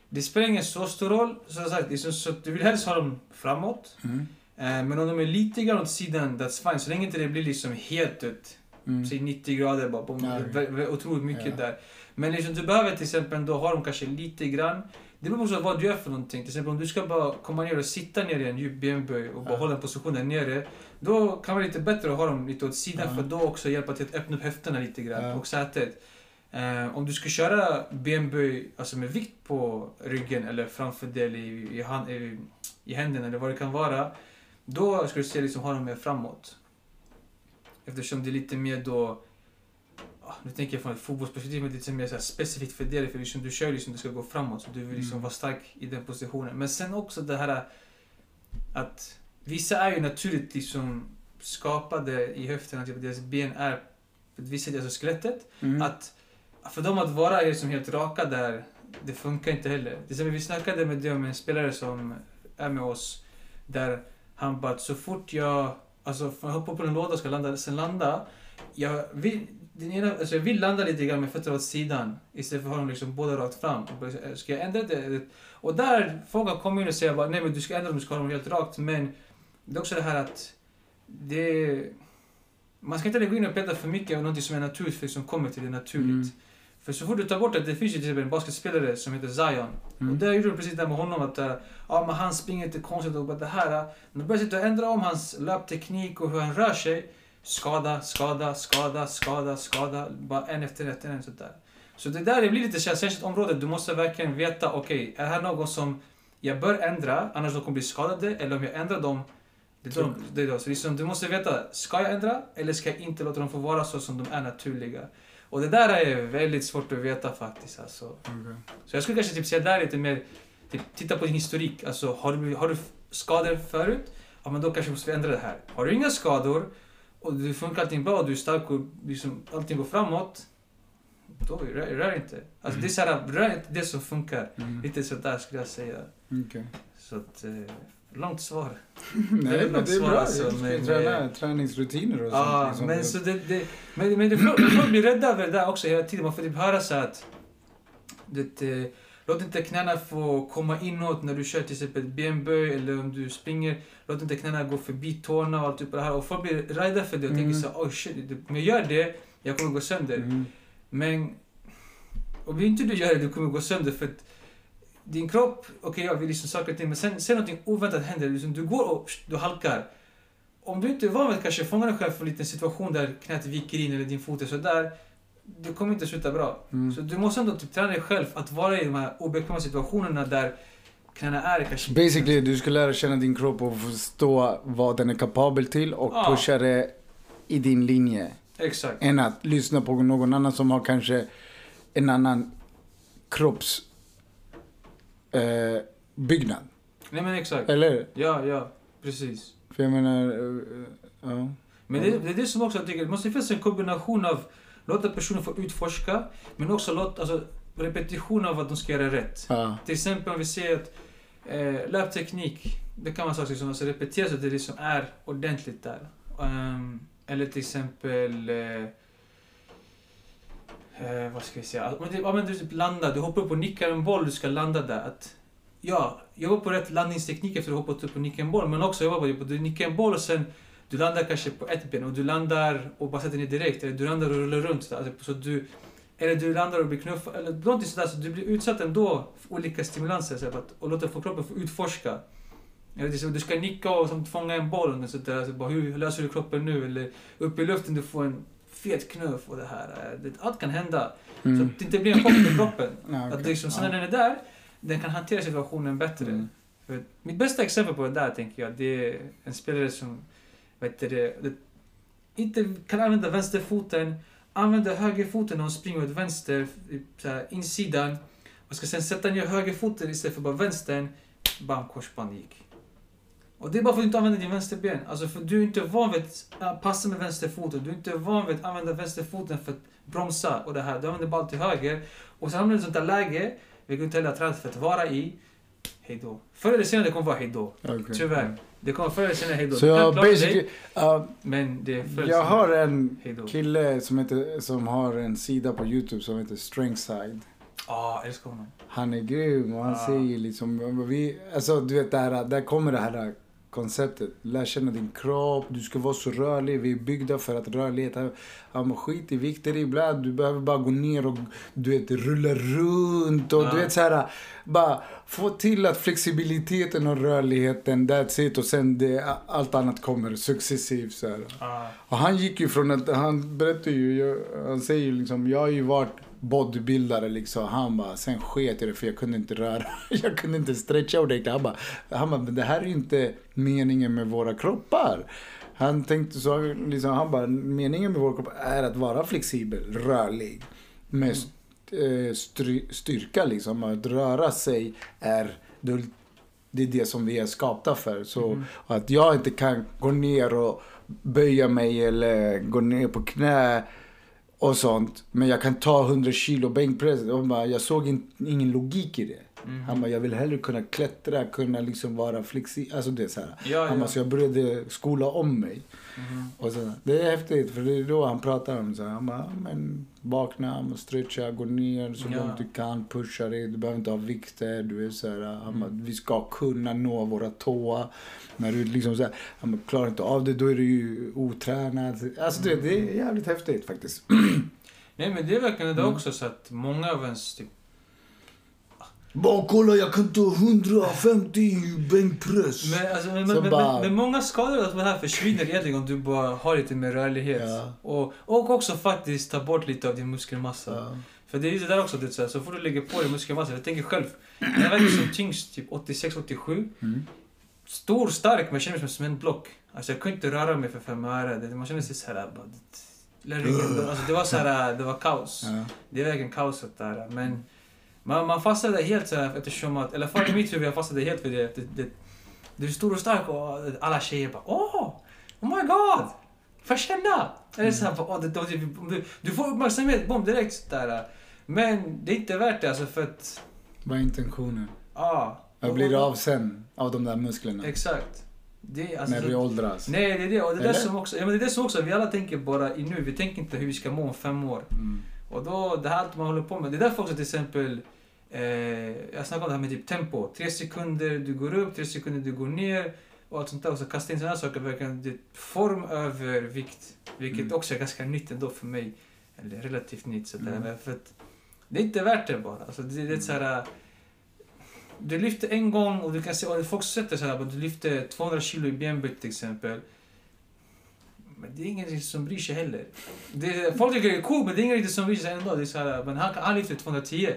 A: Det spelar ingen så stor roll. Som sagt, det är så, så, du vill helst ha dem framåt.
B: Mm.
A: Eh, men om de är lite grann åt sidan, that's fine. Så länge inte det blir liksom helt ut,
B: Mm.
A: säg 90 grader, bara, bom,
B: Ja,
A: vä- vä- otroligt mycket
B: Ja.
A: där. Men liksom, du behöver till exempel då ha dem kanske lite grann. Det beror på så vad du gör för någonting. Till exempel om du ska bara komma ner och sitta ner i en djup benböj och bara
B: Ja.
A: hålla en position där nere. Då kan det vara lite bättre att ha dem lite åt sidan
B: Ja.
A: för då också hjälpa till att öppna upp höfterna lite grann
B: Ja.
A: och sätet. Eh, om du ska köra benböj alltså med vikt på ryggen eller framför dig eller i, i, hand, i, i händerna eller vad det kan vara. Då ska du se liksom ha dem mer framåt. Eftersom det är lite mer då... ah, Nu tänker jag från ett fotbollsperspektiv, men det är lite mer så här specifikt för dig. För liksom du kör liksom, du ska gå framåt. Så du vill liksom
B: Mm.
A: vara stark i den positionen. Men sen också det här att vissa är ju naturligt liksom skapade i höfterna, typ deras ben är... För vissa, alltså skelettet,
B: Mm.
A: att för dem att vara liksom helt raka där, det funkar inte heller. Det är som vi snackade med det om en spelare som är med oss, där han bara att så fort jag, alltså om jag hoppar på en låda och ska landa, sen landa, jag vill, den ena, alltså jag vill landa lite grann med fötterna åt sidan istället för att ha dem liksom båda rakt fram. Och bara, eh, Ska jag ändra det? Och där, folk har kommit in och säger bara, nej men du ska ändra dem, du ska ha dem helt rakt. Men det är också det här att det man ska inte gå in och peta för mycket av något som är naturligt, för som kommer till det naturligt.
B: Mm.
A: För så fort du tar bort det, det finns ju till exempel en basketspelare som heter Zion.
B: Mm.
A: Och där gjorde du precis det här med honom, att äh, ja, men han springer inte konstigt och bara det här. äh. Men du börjar sitta och ändra om hans löpteknik och hur han rör sig. Skada, skada, skada, skada, skada. Bara en efter en efter en. Sådär. Så det där det blir lite känsligt område. Du måste verkligen veta, okej, är det här någon som jag bör ändra, annars de kommer bli skadade. Eller om jag ändrar dem, det är då, det är då. Så liksom, du måste veta, ska jag ändra eller ska jag inte låta dem få vara så som de är naturliga? Och det där är väldigt svårt att veta faktiskt. Alltså.
B: Okej. Mm.
A: Så jag skulle kanske typ säga där lite mer, typ, titta på din historik. Alltså, har, du, har du skador förut? Ja, men då kanske måste vi ändra det här. Har du inga skador och du funkar allting bra och du är stark och liksom, allting går framåt. Då rör, rör inte. Alltså, det är så här, rör inte det som funkar.
B: Mm.
A: Lite sådär skulle jag säga.
B: Okej.
A: Så att, eh, långt svar.
B: Nej, men
A: långt
B: det är
A: svar,
B: bra.
A: alltså,
B: Du ska ju
A: men-
B: träna träningsrutiner och sånt.
A: Ja,
B: liksom.
A: men så det, det, men, men det, folk, folk blir rädda över det där också hela tiden. Man får typ höra så här att... Det, eh, låt inte knäna få komma inåt när du kör till exempel benböj eller om du springer. Låt inte knäna gå förbi tårna och allt typ av det här. Och folk blir rädda för det och
B: Mm.
A: tänker så här, oh shit, det- om jag gör det, jag kommer gå sönder.
B: Mm.
A: Men om inte du gör det, du kommer gå sönder för att din kropp, okej jag vill liksom saker och ting, men sen, sen någonting oväntat händer. Liksom, du går och du halkar. Om du inte är van vid att kanske fånga dig själv för en liten situation där knät viker in eller din fot är sådär. Det kommer inte sluta bra.
B: Mm.
A: Så du måste ändå typ träna dig själv att vara i de här obekväma situationerna där knäna är kanske...
B: Basically, du ska lära känna din kropp och förstå vad den är kapabel till och
A: Ja.
B: pusha det i din linje.
A: Exakt.
B: Än att lyssna på någon annan som har kanske en annan kroppsbyggnad. Eh, byggnad.
A: Nej men exakt.
B: Eller?
A: Ja, ja. Precis.
B: För jag menar... eh, Ja.
A: Men det, det är det som också jag tycker, det måste finnas en kombination av låta personen få utforska, men också låta, alltså, repetition av att de ska göra rätt.
B: Ja.
A: Till exempel om vi ser att eh, löpteknik, det kan man säga liksom, alltså, repetera så att det liksom är ordentligt där. Ehm, eller till exempel eh, Eh, vad ska vi säga? Alltså, Om du, om du typ landar, du hoppar upp och nickar en boll, du ska landa där. Att, ja, jobba på rätt landningsteknik efter att du hoppat upp och nickat en boll, men också jobba på att du nickar en boll och sen du landar kanske på ett ben och du landar och bara sätter ner direkt. Eller du landar och rullar runt. Så, alltså, så du, eller du landar och blir knuffad. Eller någonting sådär. Så du blir utsatt ändå för olika stimulanser. Så här, för att, och låta få kroppen få utforska. Eller det är så, du ska nicka och som, fånga en boll. Och sånt där, alltså, bara, hur löser du kroppen nu? Eller uppe i luften, du får en fet knuff och det här. eh, Det, allt kan hända. Så
B: Mm.
A: att det inte blir en chock för kroppen.
B: Ja, okej.
A: Att liksom, sen
B: Ja.
A: när den är där, den kan hantera situationen bättre.
B: Mm.
A: För mitt bästa exempel på det där, tänker jag, det är en spelare som vet du, det, det, inte kan använda vänsterfoten, använder högerfoten när hon springer åt vänster, i- så här, insidan, och ska sen sätta ner högerfoten istället för bara vänstern. Bam, korsband gick. Och det är bara för att du inte använder din vänsterben. Alltså för du är inte van vid att äh, passa med vänsterfoten. Du är inte van vid att använda vänsterfoten för att bromsa och det här. Du använder bara till höger. Och sen hamnar du i ett sånt där läge, vilket du inte heller har tränat för att vara i. Hej då. Förr eller senare det kommer vara hej då.
B: Okej.
A: Tyvärr. Det kommer förr eller senare hej då.
B: Mm. Så
A: Du kan
B: jag
A: klara dig,
B: basically... ja,
A: Men det är förr eller
B: jag
A: senare.
B: har en
A: Hej då.
B: kille som, heter, som har en sida på YouTube som heter Strengthside.
A: Ja, Ja, Ah, älskar honom.
B: Han är grym och han
A: Ja.
B: säger liksom, vi, alltså du vet det här, där kommer det här konceptet. Lär känna din kropp, du ska vara så rörlig, vi är byggda för att rörlighet. Ja, men skit i vikter ibland, du behöver bara gå ner och du vet rulla runt och
A: Ja.
B: du vet så här, bara få till att flexibiliteten och rörligheten, that's it och sen det, allt annat kommer successivt så här.
A: Ja,
B: Och han gick ju från att, han berättar ju, jag, han säger ju liksom, jag har ju varit bodybuildare liksom. Han bara, sen sket jag i det för jag kunde inte röra, jag kunde inte stretcha ordentligt. Han bara, han bara, men det här är ju inte meningen med våra kroppar. Han tänkte så, liksom, han bara, meningen med vår kropp är att vara flexibel, rörlig. Med st- eh, stry- styrka liksom, att röra sig är det ult- det är det som vi är skapta för. Så
A: Mhm.
B: att jag inte kan gå ner och böja mig eller gå ner på knä och sånt. Men jag kan ta 100 kilo bänkpress. Och han bara, jag såg in, ingen logik i det.
A: mhm.
B: Han bara, jag vill hellre kunna klättra, kunna liksom vara flexibel. Alltså det är så här.
A: Ja,
B: han
A: ja. Mhm.
B: bara, så jag började skola om mig. Och så, det är häftigt för det är då han pratar om så här, han bara, men vakna, man stretcha, gå ner så
A: Ja.
B: långt du kan, pusha dig, du behöver inte ha vikter, du är så här, han bara,
A: Mm.
B: vi ska kunna nå våra tåa. När du liksom så här, han bara, klarar inte av det, då är du ju otränad. Alltså det, det är jävligt häftigt faktiskt.
A: Nej men det är verkligen det
B: Mm.
A: också så att många av ens typ...
B: Bara kolla, jag kan ta 150 bänkpress.
A: Men, alltså, men,
B: Så
A: men,
B: bara-
A: men, men många skador och sånt här försvinner egentligen om du bara har lite mer rörlighet.
B: Ja.
A: Och, och också faktiskt ta bort lite av din muskelmassa.
B: Ja.
A: För det är ju det där också, det är så, här, så fort du lägger på dig muskelmassa. Jag tänker själv, jag väger som tyngst typ 86-87.
B: Mm.
A: Stor, stark, men jag känner mig som en block. Alltså jag kunde inte röra mig för fem öre. Det- Man kände sig såhär... bara, det- hela ryggen- Alltså, det var såhär, det var kaos.
B: Ja.
A: Det är verkligen kaoset där. Men man, man fastnade helt så här eftersom att, eller för i mitt huvud, jag fastnade helt för det. det, det du är stor och stark och alla tjejer bara åh, oh my god, får jag känna? Eller
B: Mm.
A: så här, bara, åh, det, det, du, du får uppmärksamhet, bom, direkt så där. Men det är inte värt det alltså för att,
B: Vad är intentionen?
A: ja.
B: Vad blir det av sen, av de där musklerna?
A: Exakt. Det, är alltså,
B: När vi åldras?
A: nej, det är det. Och det är det
B: Eller?
A: som också, ja, men det är det som också, vi alla tänker bara i nu, vi tänker inte hur vi ska må om fem år.
B: Mm.
A: Och då, det här allt man håller på med. Det är därför också till exempel, eh, jag snackade om det här med typ tempo. Tre sekunder du går upp, tre sekunder du går ner. Och allt sånt där. Och så kasta in sådana saker. Verkligen, det, form över vikt. Vilket
B: Mm.
A: också är ganska nytt ändå för mig. Eller relativt nytt sådär.
B: Mm.
A: Men för att, det är inte värt det bara. Alltså, det, det är såhär, du lyfter en gång och du kan se, och folk sätter såhär, men du lyfter 200 kilo i benböj till exempel. Men det är ingen riktigt som bryr sig heller. Det är, folk tycker det är coolt men det är ingen riktigt som bryr sig ändå. Det är så här, men han, kan- han lyfter 210.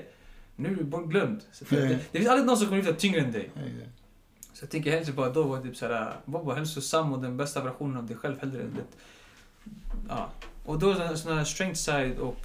A: Nu är du bara glömd. Så för att det,
B: Mm.
A: det finns aldrig någon som kommer lyfta tyngre än dig.
B: Nej, det-
A: Så jag tänker hellre bara då vara typ såhär, var bara hälsosam och den bästa versionen av dig själv hellre än det. Ja. Och då sådana såna här strength side och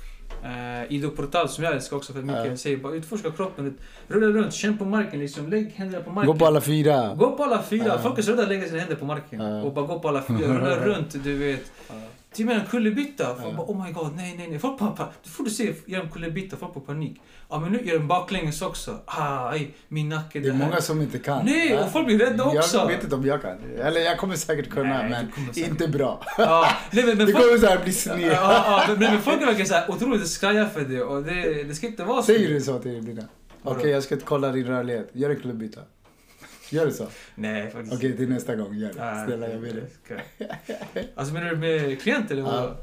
A: eh, Ido Portal som jag älskar också för att mycket
B: Ja.
A: säger bara utforska kroppen, rulla runt, känn på marken liksom, lägg händerna på marken.
B: Gå på alla fyra.
A: Gå på alla fyra.
B: Ja.
A: Folk är så rädda att lägga sina händer på marken.
B: Ja.
A: Och bara gå på alla fyra. Rulla runt, du vet.
B: Ja.
A: Till och med en kullerbytta. Folk
B: Ja.
A: bara oh my god, nej nej nej. Folk bara, pa- du får du se, gör en kullerbytta. Folk får panik. Ja men nu gör en baklänges också. Ah, Aj, min nacke.
B: Det är
A: här.
B: många som inte kan.
A: Nej,
B: Ja.
A: och folk blir rädda också.
B: Jag vet inte om jag kan. Eller jag kommer säkert kunna,
A: Nej, du
B: men
A: kommer säkert-
B: inte bra.
A: Ja, nej, men, men
B: Det
A: folk...
B: kommer så här bli
A: Ja,
B: sned.
A: ja, men, men folk är verkligen såhär otroligt skraja för det och det, det ska inte vara så.
B: Säger du så till dina? Okej,
A: Vadå?
B: jag ska kolla din rörlighet. Gör en klubbyta. Gör du så? Okej,
A: Nej faktiskt.
B: till nästa gång. Gör det.
A: Nej,
B: Snälla, jag ber dig.
A: okej. Alltså menar du med klient eller?
B: Ja.
A: vad?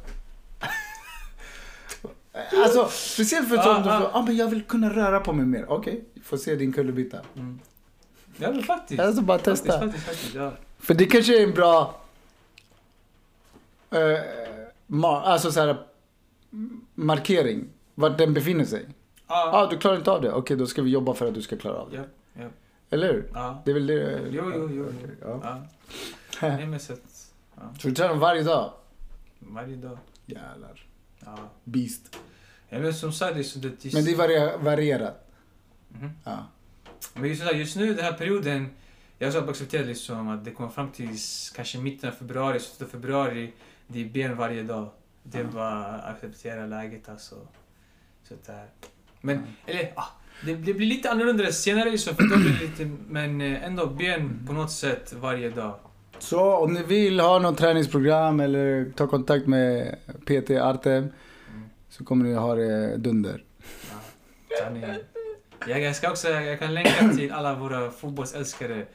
B: Alltså, speciellt för
A: Ah,
B: sånt.
A: ah.
B: Ah, ah. men jag vill kunna röra på mig mer. Okej, får se din kullerbytta.
A: Mm. Ja men faktiskt.
B: Alltså, bara
A: Faktiskt,
B: testa.
A: faktiskt, faktiskt. Ja.
B: För det kanske är en bra... eh, ma- alltså så här... Markering. Vart den befinner sig. Ja,
A: Ja.
B: ah, du klarar inte av det. Okej, då ska vi jobba för att du ska klara av det.
A: Ja. Ja.
B: Eller hur?
A: Ja.
B: Det är väl det?
A: Jo, jo, jo.
B: Okej, ja.
A: Ja. Nej men så att... Ja.
B: Så du tränar varje dag?
A: Varje dag.
B: Jävlar.
A: Ja.
B: Beast.
A: Ja, Men som sagt, det är så det
B: Men det är varia- varierat.
A: Mhm.
B: Ja.
A: Men just, så här, just nu, den här perioden, jag har accepterat liksom att det kommer fram till s- kanske mitten av februari, slutet av februari. Det är ben varje dag. Det är
B: Ja.
A: bara att acceptera läget alltså. Så där. Men,
B: Ja.
A: eller ah, det, det blir lite annorlunda senare liksom, för då blir det lite, men eh, ändå
B: Mm.
A: ben på något sätt varje dag.
B: Så om ni vill ha något träningsprogram eller ta kontakt
A: Mm.
B: med PT Artem så kommer ni ha det dunder.
A: Ja. Sanningen. Jag jag ska också, jag kan länka till alla våra fotbollsälskare.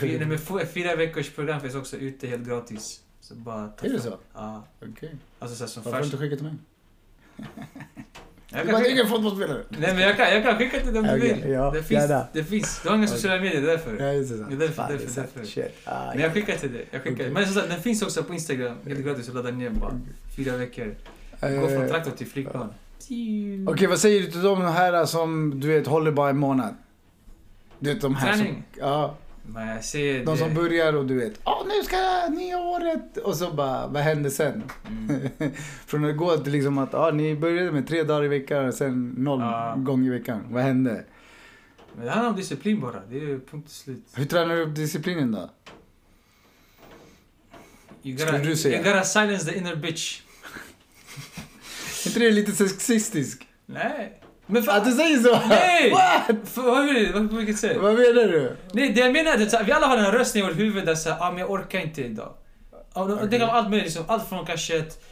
A: Fy- nej, men f- Fyra veckors program finns också ute helt gratis. Så bara ta
B: Är det
A: fram-
B: så?
A: Ja.
B: Okej.
A: Alltså så här, som
B: Varför har du
A: färskt.
B: inte skickat till mig?
A: Jag kan
B: Du bara, det är
A: skicka,
B: ingen fotbollsspelare.
A: nej men jag kan, jag kan skicka till dem du
C: Okej,
A: vill.
C: ja,
A: Det finns,
C: gärna.
A: det finns. Du har inga sociala medier därför.
B: Ja, just det. sant.
A: Det är därför,
C: Fan, det är
A: därför,
C: sant.
A: därför.
C: Shit. Ah,
A: Men jag skickar till dig. Jag skickar.
B: Okej.
A: Men som sagt, den finns också på Instagram. Helt gratis att ladda ner bara. Fyra veckor. Gå från
B: Eh,
A: traktor till flygplan.
B: Mm. Okej, vad säger du till de här som du vet håller bara en månad? Du vet de här
A: Träning.
B: som... Ja,
A: Men jag ser
B: de som
A: det.
B: börjar och du vet. Åh, nu ska nya året! Och så bara, vad händer sen?
A: Mm.
B: Från att gå till liksom att, ja, ni började med tre dagar i veckan och sen noll
A: Ja.
B: gånger i veckan. Vad hände?
A: Men det handlar om disciplin bara. Det är punkt och slut.
B: Hur tränar du upp disciplinen då?
A: You
B: Skulle du säga?
A: You gotta silence the inner bitch.
B: Är inte det lite sexistisk?
A: Nej. Men
B: Att du
A: fan.
B: säger så?
A: Nej!
B: What?
A: För, vad menar du? Vad- På vilket sätt?
B: Vad menar du?
A: Nej, det jag menar är att så här, vi alla har en röst i vårt huvud där såhär, ah, men jag orkar inte idag. Och, och det kan vara allt möjligt. Liksom, allt från kanske att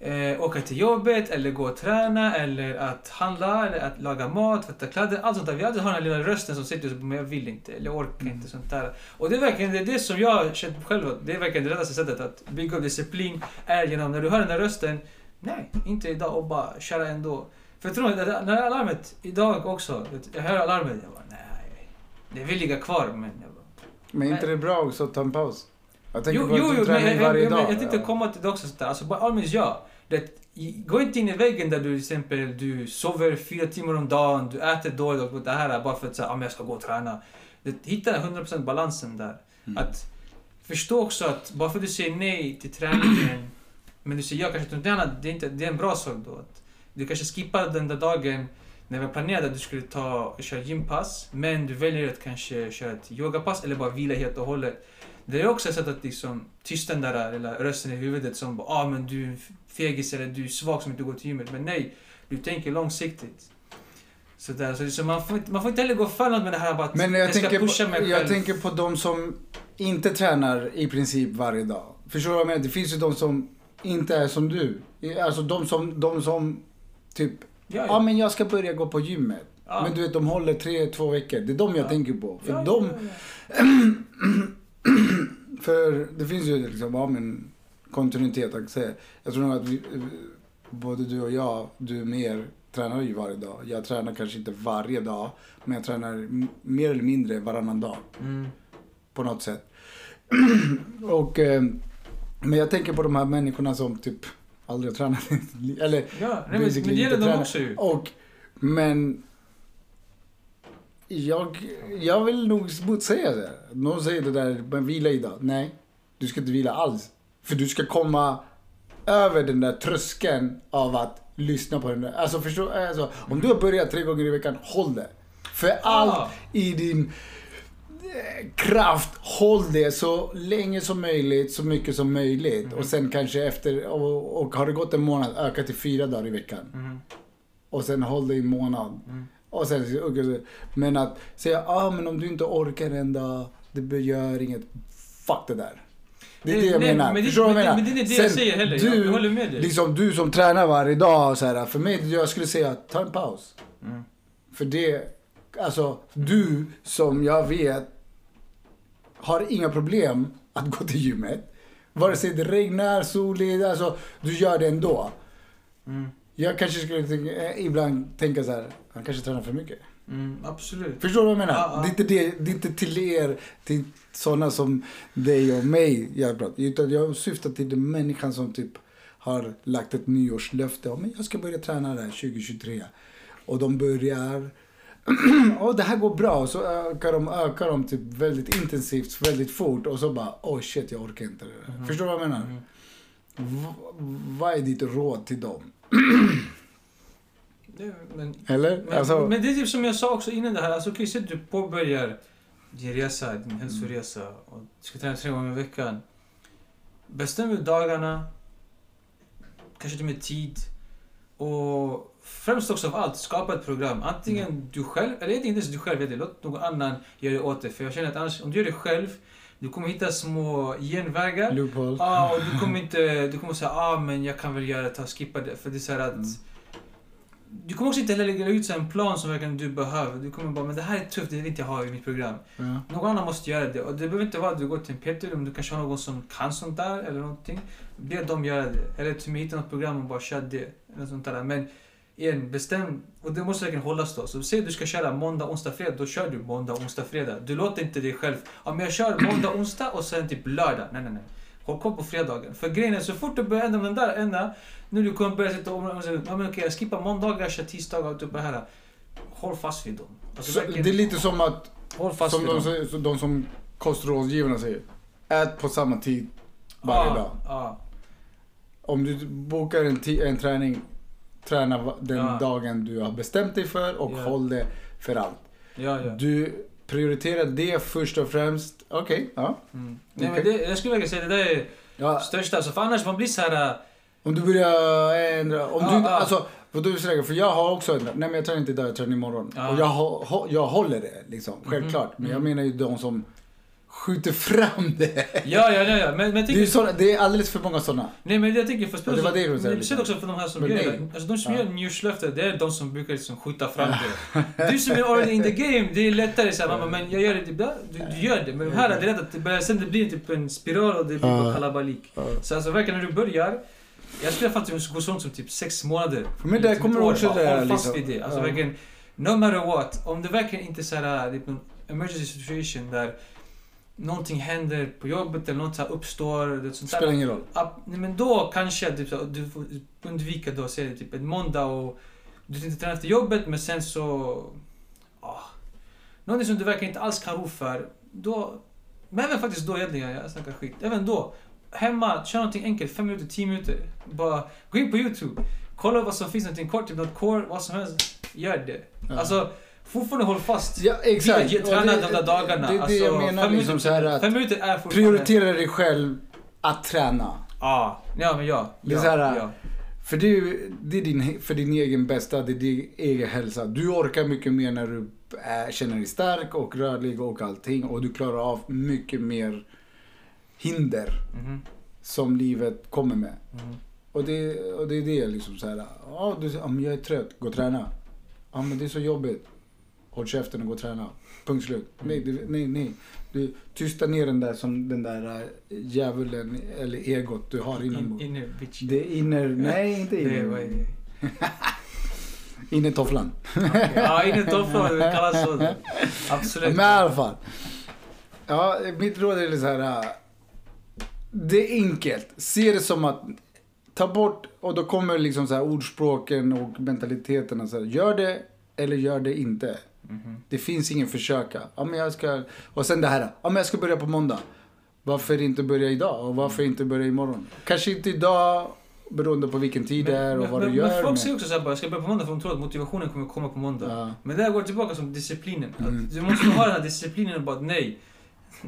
A: eh, åka till jobbet, eller gå och träna, eller att handla, eller att laga mat, tvätta kläder. Allt sånt där. Vi alltid har den här lilla rösten som sitter och säger, men jag vill inte, eller jag orkar inte. sånt där. Och det är verkligen det, är det som jag har känt själv, att det är verkligen det rättaste sättet att bygga upp disciplin, är genom när du hör den där rösten, nej, inte idag och bara köra ändå. För jag tror att när alarmet, idag också, jag hör alarmet, jag bara, nej, det vill ligga kvar, men jag bara,
B: Men är inte det bra också att ta en paus? Jag tänker
A: Jo,
B: på att
A: jo,
B: du
A: jo
B: tränar
A: men jag,
B: ju varje
A: jag,
B: dag.
A: jag, jag tänkte
B: Ja.
A: komma till det också. Sådär. Alltså, by all means, ja. Det, i- gå inte in i väggen där du till exempel du sover fyra timmar om dagen, du äter dåligt och det här bara för att säga ah, men jag ska gå och träna. Det, hitta 100% balansen där. Att förstå också att bara för att du säger nej till träningen, men du säger ja kanske till något annat, det är, inte, det är en bra sak då. Att du kanske skippar den där dagen när vi planerade att du skulle ta och köra gympass, men du väljer att kanske köra ett yogapass eller bara vila helt och hållet. Det är också ett sätt att liksom tysta den där lilla rösten i huvudet som bara ah, men du är en fegis eller du är svag som inte går till gymmet. Men nej, du tänker långsiktigt. Så där, så, så man, får inte, man får inte heller gå för något med det här bara att
B: Men jag,
A: Alltså, ska
B: tänker
A: pusha
B: på,
A: mig
B: jag
A: själv.
B: tänker på de som inte tränar i princip varje dag. Förstår du vad jag menar? Det finns ju de som inte är som du. Alltså de som, de som typ,
A: ja,
B: ja
A: ja.
B: men jag ska börja gå på gymmet.
A: Ja.
B: Men du vet de håller tre, två veckor. Det är de jag
A: Ja.
B: tänker på. För
A: ja,
B: de,
A: ja, ja.
B: för det finns ju liksom, ja men kontinuitet. Jag, säga. jag tror nog att vi, både du och jag, du mer, tränar ju varje dag. Jag tränar kanske inte varje dag, men jag tränar m- mer eller mindre varannan dag.
A: Mm.
B: på något sätt. och, eh, men jag tänker på de här människorna som typ aldrig har tränat. i sitt liv, Eller
A: Ja, nej, men, men
B: basically
A: det gäller
B: inte
A: dem
B: tränar.
A: också ju.
B: Och, men jag, jag vill nog motsäga det. Någon säger det där, men vila idag. Nej, du ska inte vila alls. För du ska komma över den där tröskeln av att lyssna på den där. Alltså förstå, alltså, om du har börjat tre gånger i veckan, håll det. För allt i din eh, kraft, håll det så länge som möjligt, så mycket som möjligt. Och sen kanske efter, och, och har det gått en månad, öka till fyra dagar i veckan.
A: Mm.
B: Och sen håll det i en månad.
A: Mm.
B: Och sen, och- men att säga, ah, men om du inte orkar en dag, det gör inget. Fuck det där. Det är det jag
A: Nej,
B: menar.
A: Men det,
B: Förstår du vad
A: men,
B: jag
A: men det är
B: menar?
A: inte det jag
B: Sen
A: säger heller. jag,
B: Du,
A: jag håller med dig.
B: liksom du som tränar varje dag, så här, för mig, jag skulle säga ta en paus.
A: Mm.
B: För det, alltså du som jag vet har inga problem att gå till gymmet. Vare sig det regnar, soligt, alltså du gör det ändå.
A: Mm.
B: Jag kanske skulle tänka, eh, ibland tänka så här, han kanske tränar för mycket.
A: Mm, absolut.
B: Förstår du vad jag menar?
A: Ja, ja.
B: Det, är inte det, det är inte till er, till sådana som dig och mig jag pratar. Utan jag syftar till den människan som typ har lagt ett nyårslöfte. om jag ska börja träna det här 2023. Och de börjar. och det här går bra. Och så ökar de, ökar de typ väldigt intensivt, väldigt fort. Och så bara, oh shit jag orkar inte det där.
A: Mm-hmm.
B: Förstår du vad jag menar? V- vad är ditt råd till dem?
A: Det- Men,
B: Eller?
A: Men,
B: alltså,
A: men det är typ som jag sa också innan det här, alltså okej, säg att du påbörjar din resa, din hälsoresa och du ska träna tre gånger i veckan. Bestäm ut dagarna, kanske till och med tid. Och främst också av allt, skapa ett program. Antingen du själv, eller inte ens du själv, vet du, låt någon annan göra det åt dig. För jag känner att annars, om du gör det själv, du kommer hitta små genvägar.
B: loophole.
A: Ja, ah, och du kommer inte... Du kommer säga ah men jag kan väl göra det, ta skippa det. För det är så här att... Du kommer också inte heller lägga ut så här en plan som verkligen du behöver. Du kommer bara, men det här är tufft, det vill inte jag ha i mitt program.
B: Ja.
A: Någon annan måste göra det. Och det behöver inte vara att du går till en PT, om du kanske har någon som kan sånt där eller någonting. Be dem göra det. Eller till och med hitta något program och bara kör det. Eller sånt där. Men igen, bestäm. Och det måste verkligen hållas då. Så säg att du ska köra måndag, onsdag, fredag. Då kör du måndag, onsdag, fredag. Du låter inte dig själv, ja men jag kör måndag, onsdag och sen typ lördag. Nej, nej, nej. Håll koll på fredagen. För grejen är, så fort du börjar ändra den där ena, nu du kommer börja sitta och om- om- om- ja men okej, jag skippar måndagar, jag kör tisdagar och typ det här. Håll fast vid dem. Alltså,
B: Så
A: verkligen,
B: det är lite som att
A: håll fast
B: som
A: vid
B: de,
A: dem.
B: säger- så de som kostrådgivarna säger. Ät på samma tid varje
A: Ja,
B: dag.
A: ja.
B: Om du bokar en, ti- en träning, träna va- den
A: Ja.
B: dagen du har bestämt dig för och
A: Ja.
B: håll det för allt.
A: Ja, ja.
B: Du prioriterar det först och främst. Okej, ja.
A: Mm. Nej,
B: Okej.
A: men det, jag skulle verkligen säga det där är
B: ja.
A: största. Alltså, för annars man blir så här... äh,
B: Om du börjar ändra. Om du,
A: Ja, ja.
B: Alltså, vad du säger, för jag har också ändrat. Nej men jag tränar inte idag, jag tränar imorgon.
A: Ja. Mhm. Mm.
B: Och jag, hå- hå- jag håller det liksom, självklart. Men jag menar ju de som skjuter fram det.
A: Ja, ja, ja. ja. Men, men jag
B: Det är, ju
A: tänker...
B: såna, det är alldeles för många sådana.
A: Nej, men jag tänker för
B: Ja, det var det du
A: Men
B: säger. liksom.
A: speciellt också för de här som
B: Men
A: gör
B: nej.
A: det. Alltså de som
B: Ja.
A: gör nyårslöften, det är de som brukar liksom skjuta fram det. Du som är already in the game, det är lättare såhär, mamma men jag gör det ibland. Du, du gör det. Men här är det rätt att det börjar, sen det blir typ en spiral och det blir bara
B: Ja.
A: kalabalik. Så alltså verkligen när du börjar, jag skulle faktiskt gå så långt som typ sex månader.
B: För mig där
A: Liksom ett
B: kommer
A: år,
B: också
A: bara
B: det här,
A: Håll fast
B: liksom.
A: vid det. Alltså
B: Ja.
A: verkligen, no matter what. Om det verkligen inte är såhär, typ någon emergency situation där någonting händer på jobbet eller något så här uppstår. Det är sånt där.
B: Spelar ingen roll.
A: Ja, nej, men då kanske typ, så, du får undvika då, säg det, typ en måndag och du tänkte träna efter jobbet men sen så... ah, någonting som du verkligen inte alls kan ro för. Då, men även faktiskt då egentligen, jag snackar skit. Även då. Hemma, kör någonting enkelt, 5 minuter, 10 minuter. Bara gå in på YouTube. Kolla vad som finns, någonting kort, typ något core, vad som helst. Gör det.
B: Ja.
A: Alltså, fortfarande håll fast.
B: Ja, exakt.
A: Vi har
B: Och
A: tränat de där dagarna.
B: Det är det
A: Alltså,
B: jag menar
A: fem
B: liksom så här att
A: Fem minuter är fortfarande...
B: prioritera dig själv att träna.
A: Ah, ja, men ja.
B: Det är
A: ja,
B: så här, äh,
A: ja.
B: För det är, ju- det är din, för din egen bästa, det är din egen hälsa. Du orkar mycket mer när du är, känner dig stark och rörlig och allting. Och du klarar av mycket mer hinder
A: Mhm,
B: som livet kommer med.
A: mhm.
B: Och det, och det är det liksom så här. Ja, du, ja, men jag är trött, gå och träna. Ja, men det är så jobbigt. Håll käften och gå och träna. Punkt slut. Nej, du, nej, nej. Du, tysta ner den där som den där äh, djävulen eller egot du har
A: In,
B: inombords.
A: inner bitch.
B: Det är inner... Nej, inte
A: Det är vad är
B: inner.
A: det?
B: Innertofflan.
A: Ja, innertofflor, det kallas så. Absolut.
B: Men i alla fall. Ja, mitt råd är så här. äh, Det är enkelt. Se det som att ta bort och då kommer liksom så här ordspråken och mentaliteterna. Så här, gör det eller gör det inte.
A: Mhm.
B: Det finns ingen försöka. Ja, men jag ska... Och sen det här. Ja, men jag ska börja på måndag. Varför inte börja idag och
A: Mm.
B: varför inte börja imorgon? Kanske inte idag beroende på vilken tid det är och vad
A: men,
B: du gör.
A: Men folk
B: men-
A: säger också såhär bara, jag ska börja på måndag för de tror att motivationen kommer komma på måndag.
B: Ja.
A: Men där går det tillbaka som disciplinen.
B: Mm.
A: Att du måste ha den här disciplinen och bara nej.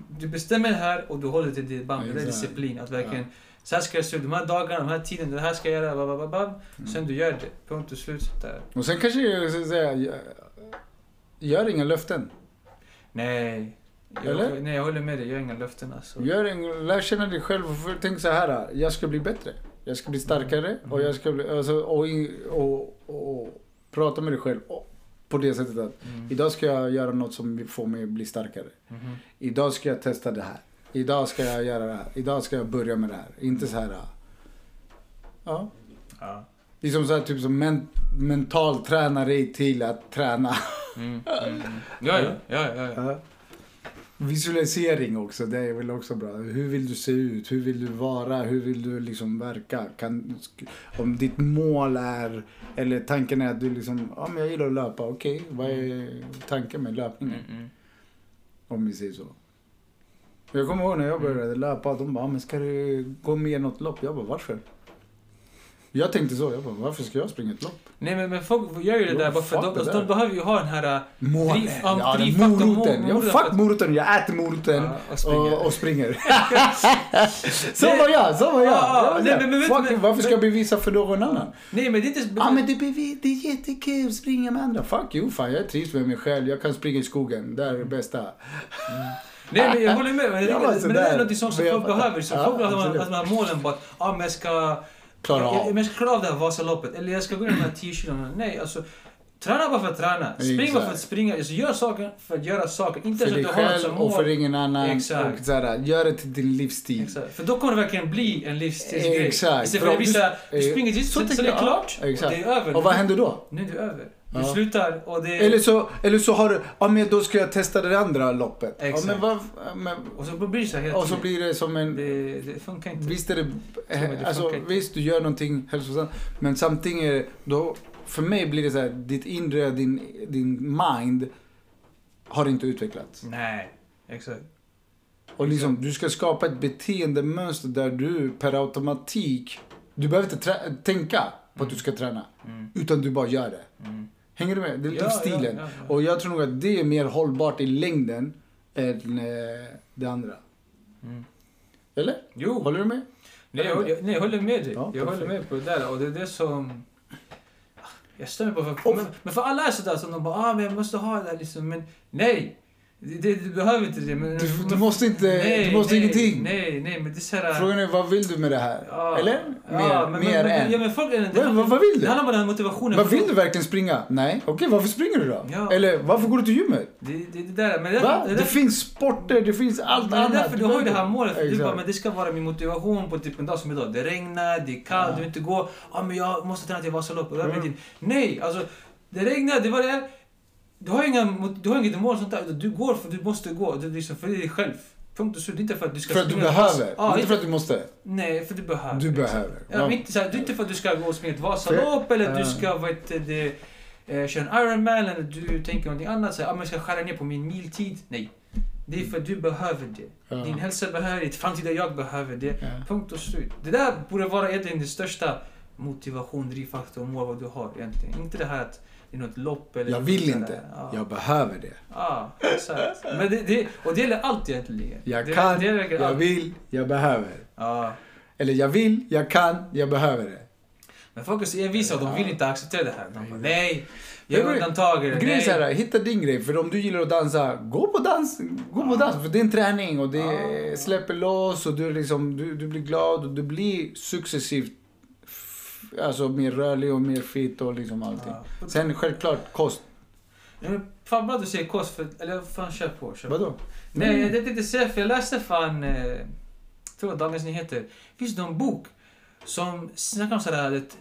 A: Du bestämmer det här och du håller till det. Bam, det är
B: Exakt.
A: disciplin. Att verkligen, så här ska jag se ut, de här dagarna, de här tiden, det här ska jag göra, bam, bam, bam, bam.
B: Mm.
A: Sen du gör det. Punkt och slut. Där.
B: Och sen kanske jag ska säga, gör- gör inga löften.
A: Nej.
B: Eller?
A: Jag, nej, jag håller med dig. Gör inga löften alltså.
B: Gör en, lär känna dig själv och för- tänk så här. Jag ska bli bättre. Jag ska bli starkare och jag ska bli, alltså, och, in- och, och, och prata med dig själv och, på det sättet att
A: Mm.
B: idag ska jag göra något som får mig att bli starkare.
A: Mhm.
B: Idag ska jag testa det här. Idag ska jag göra det här. Idag ska jag börja med det här. Inte så här. Ja.
A: Ja.
B: Liksom så här, typ som men, mental träna dig till att träna.
A: Mm. Mm. Ja, ja, ja, ja, ja.
B: Ja. Visualisering också, det är väl också bra. Hur vill du se ut? Hur vill du vara? Hur vill du liksom verka? Kan, sk- om ditt mål är, eller tanken är att du liksom, ja men jag gillar att löpa, okej, vad är tanken med löpningen?
A: Mm, mm.
B: Om vi säger så. Jag kommer ihåg när jag började löpa, de bara, "Ja, men ska du gå med i något lopp? Jag bara, varför? Jag tänkte så, jag bara, varför ska jag springa ett lopp?
A: Nej men, men folk gör ju det
B: Jo,
A: där bara för
B: fuck
A: de,
B: det
A: alltså,
B: där.
A: de behöver ju ha den här... äh,
B: Målet!
A: Driv- ja,
B: Ja, det är
A: drivfaktorn, mo-
B: moroten! Jag,
A: moroten.
B: fuck moroten, jag äter moroten!
A: Ja, och springer.
B: och, och springer. så var jag, så var jag.
A: Ja,
B: jag var
A: nej,
B: där.
A: men- men vet-
B: Fuck,
A: men-
B: varför ska jag bevisa för någon annan?
A: Nej men det är inte...
B: Ja men det, bevi- det är jättekul, springa med andra. Fuck you, fan jag trivs med mig själv. Jag kan springa i skogen, där är det bästa.
A: Nej men jag håller med. Men,
B: Jag
A: jag
B: var
A: men det
B: sådär.
A: är något sånt som
B: Men jag
A: folk
B: fattar.
A: behöver. Så
B: Ja,
A: folk behöver att man-
B: absolut.
A: att man har målen bara att ah, men jag ska
B: klara
A: jag,
B: av.
A: men jag ska klara av det här Vasaloppet, eller jag ska gå ner de här 10 kilona. Nej, alltså. Träna bara för att träna. Spring bara för att
B: Exakt.
A: springa. Alltså, gör saker för att göra saker. Inte
B: För
A: så att
B: dig
A: du har något som
B: själv och för
A: mål.
B: ingen annan.
A: Exakt.
B: Och så här, gör det till din livsstil.
A: Exakt. För då kommer det verkligen bli en livsstilsgrej.
B: Exakt.
A: Istället
B: Bra,
A: för att
B: du-
A: visa, du
B: eh,
A: springer dit,
B: så
A: så, så
B: tänker
A: det är
B: jag,
A: klart.
B: ja, exakt.
A: Och det är över.
B: Och vad händer då?
A: Nu är det över. Du
B: Ja.
A: slutar och det...
B: Eller så, eller så har du, ja men då ska jag testa det andra loppet. Ja,
A: Exakt.
B: men vad, ja, men,
A: Och så blir det så här hela
B: och så
A: tiden.
B: blir det som en...
A: Det, det funkar inte.
B: Visst är det...
A: är det
B: Alltså,
A: funkar inte.
B: visst du gör någonting hälsosamt. Men samtidigt är det- då, för mig blir det så här, ditt inre, din, din mind har inte utvecklats.
A: Nej, exakt.
B: Och liksom, du ska skapa ett beteendemönster där du per automatik, du behöver inte trä- tänka på att du ska träna.
A: Mm.
B: Utan du bara gör det.
A: Mm.
B: Hänger du med? Det är
A: Ja,
B: livsstilen.
A: ja, ja, ja.
B: Och jag tror nog att det är mer hållbart i längden än eh, det andra.
A: Mm.
B: Eller?
A: Jo,
B: Håller du med?
A: nej, jag, jag, nej, jag håller med dig.
B: Ja,
A: jag håller
B: perfekt.
A: med på det där och det är det som... Jag stämmer på för,
B: Och-
A: men, men för alla är sådär som de bara ah, men jag måste ha det här liksom. Men nej! Det, det, du behöver inte det. Men,
B: Du,
A: men,
B: du måste inte,
A: nej,
B: du måste
A: nej,
B: ingenting.
A: Nej, nej, men det är såhär...
B: Frågan är vad vill du med det här?
A: ja,
B: Eller? Mer,
A: ja, men,
B: mer
A: men,
B: än.
A: Ja, men folk, det,
B: Vad- vad- vad vill du?
A: Det handlar bara om den här motivationen.
B: vad vill du verkligen springa? Nej. Okej, varför springer du då?
A: Ja.
B: Eller varför går du till gymmet?
A: Det, det, det där. Men det,
B: Va?
A: det,
B: Det,
A: det,
B: finns sporter, det finns allt
A: Men det är
B: annat.
A: därför du har ju det här målet. För du bara,
B: Exakt.
A: men det ska vara min motivation på typ en dag som idag. Det regnar, det är kallt, du vill inte gå. Ja, men jag måste träna till Vasaloppet.
B: Mm.
A: Mm. Nej, alltså det regnar, det var det är. Du har, inga, mot- du har inget mål sånt där. utan Du går för du måste gå. Du liksom för dig själv. Punkt och slut. Det är Inte för att du ska
B: För att du
A: springa ett pass.
B: behöver.
A: Ja,
B: inte för att du måste.
A: Nej, för du behöver. Liksom.
B: Du behöver.
A: Ja, men inte, så här, det är inte för att du ska gå och springa ett Vasalopp
B: För-
A: eller att du
B: ja.
A: ska vad heter det, eh, köra en Ironman eller du tänker någonting annat. Så här, ah, men jag ska skära ner på min miltid. Nej. Det är för att du behöver det.
B: Ja.
A: Din hälsa behöver det, ditt framtida jag behöver det.
B: Ja.
A: Punkt och slut. Det där borde vara egentligen den största motivation, drivfaktor och mål vad du har egentligen. Inte det här att det är något lopp eller...
B: Jag vill
A: sådär.
B: inte.
A: Ja,
B: Jag behöver det.
A: ja exakt. Men det, det, och det gäller allt egentligen.
B: Jag
A: det,
B: kan,
A: det gäller
B: jag
A: allt.
B: vill, jag behöver.
A: Ja.
B: Eller jag vill, jag kan, jag behöver det.
A: Men folk är så envisa och de vill inte acceptera det här. De bara, nej, jag
B: Men
A: är
B: gre-
A: undantagare.
B: Grejen är så
A: Nej.
B: här, hitta din grej. För om du gillar att dansa, gå på dans. Gå på dans, för det är en träning och det
A: Ja.
B: släpper loss och du, är liksom, du, du blir glad och du blir successivt f- alltså, mer rörlig och mer fit och liksom allting.
A: Ja.
B: Sen självklart kost.
A: Ja, men Fan bra att du säger kost, för, eller fan kör på. Kör. på.
B: Vadå?
A: Nej,
B: Mm.
A: jag tänkte inte säga för jag läste fan, eh, jag tror det var Dagens Nyheter, finns det någon bok som snackar om sådär, det,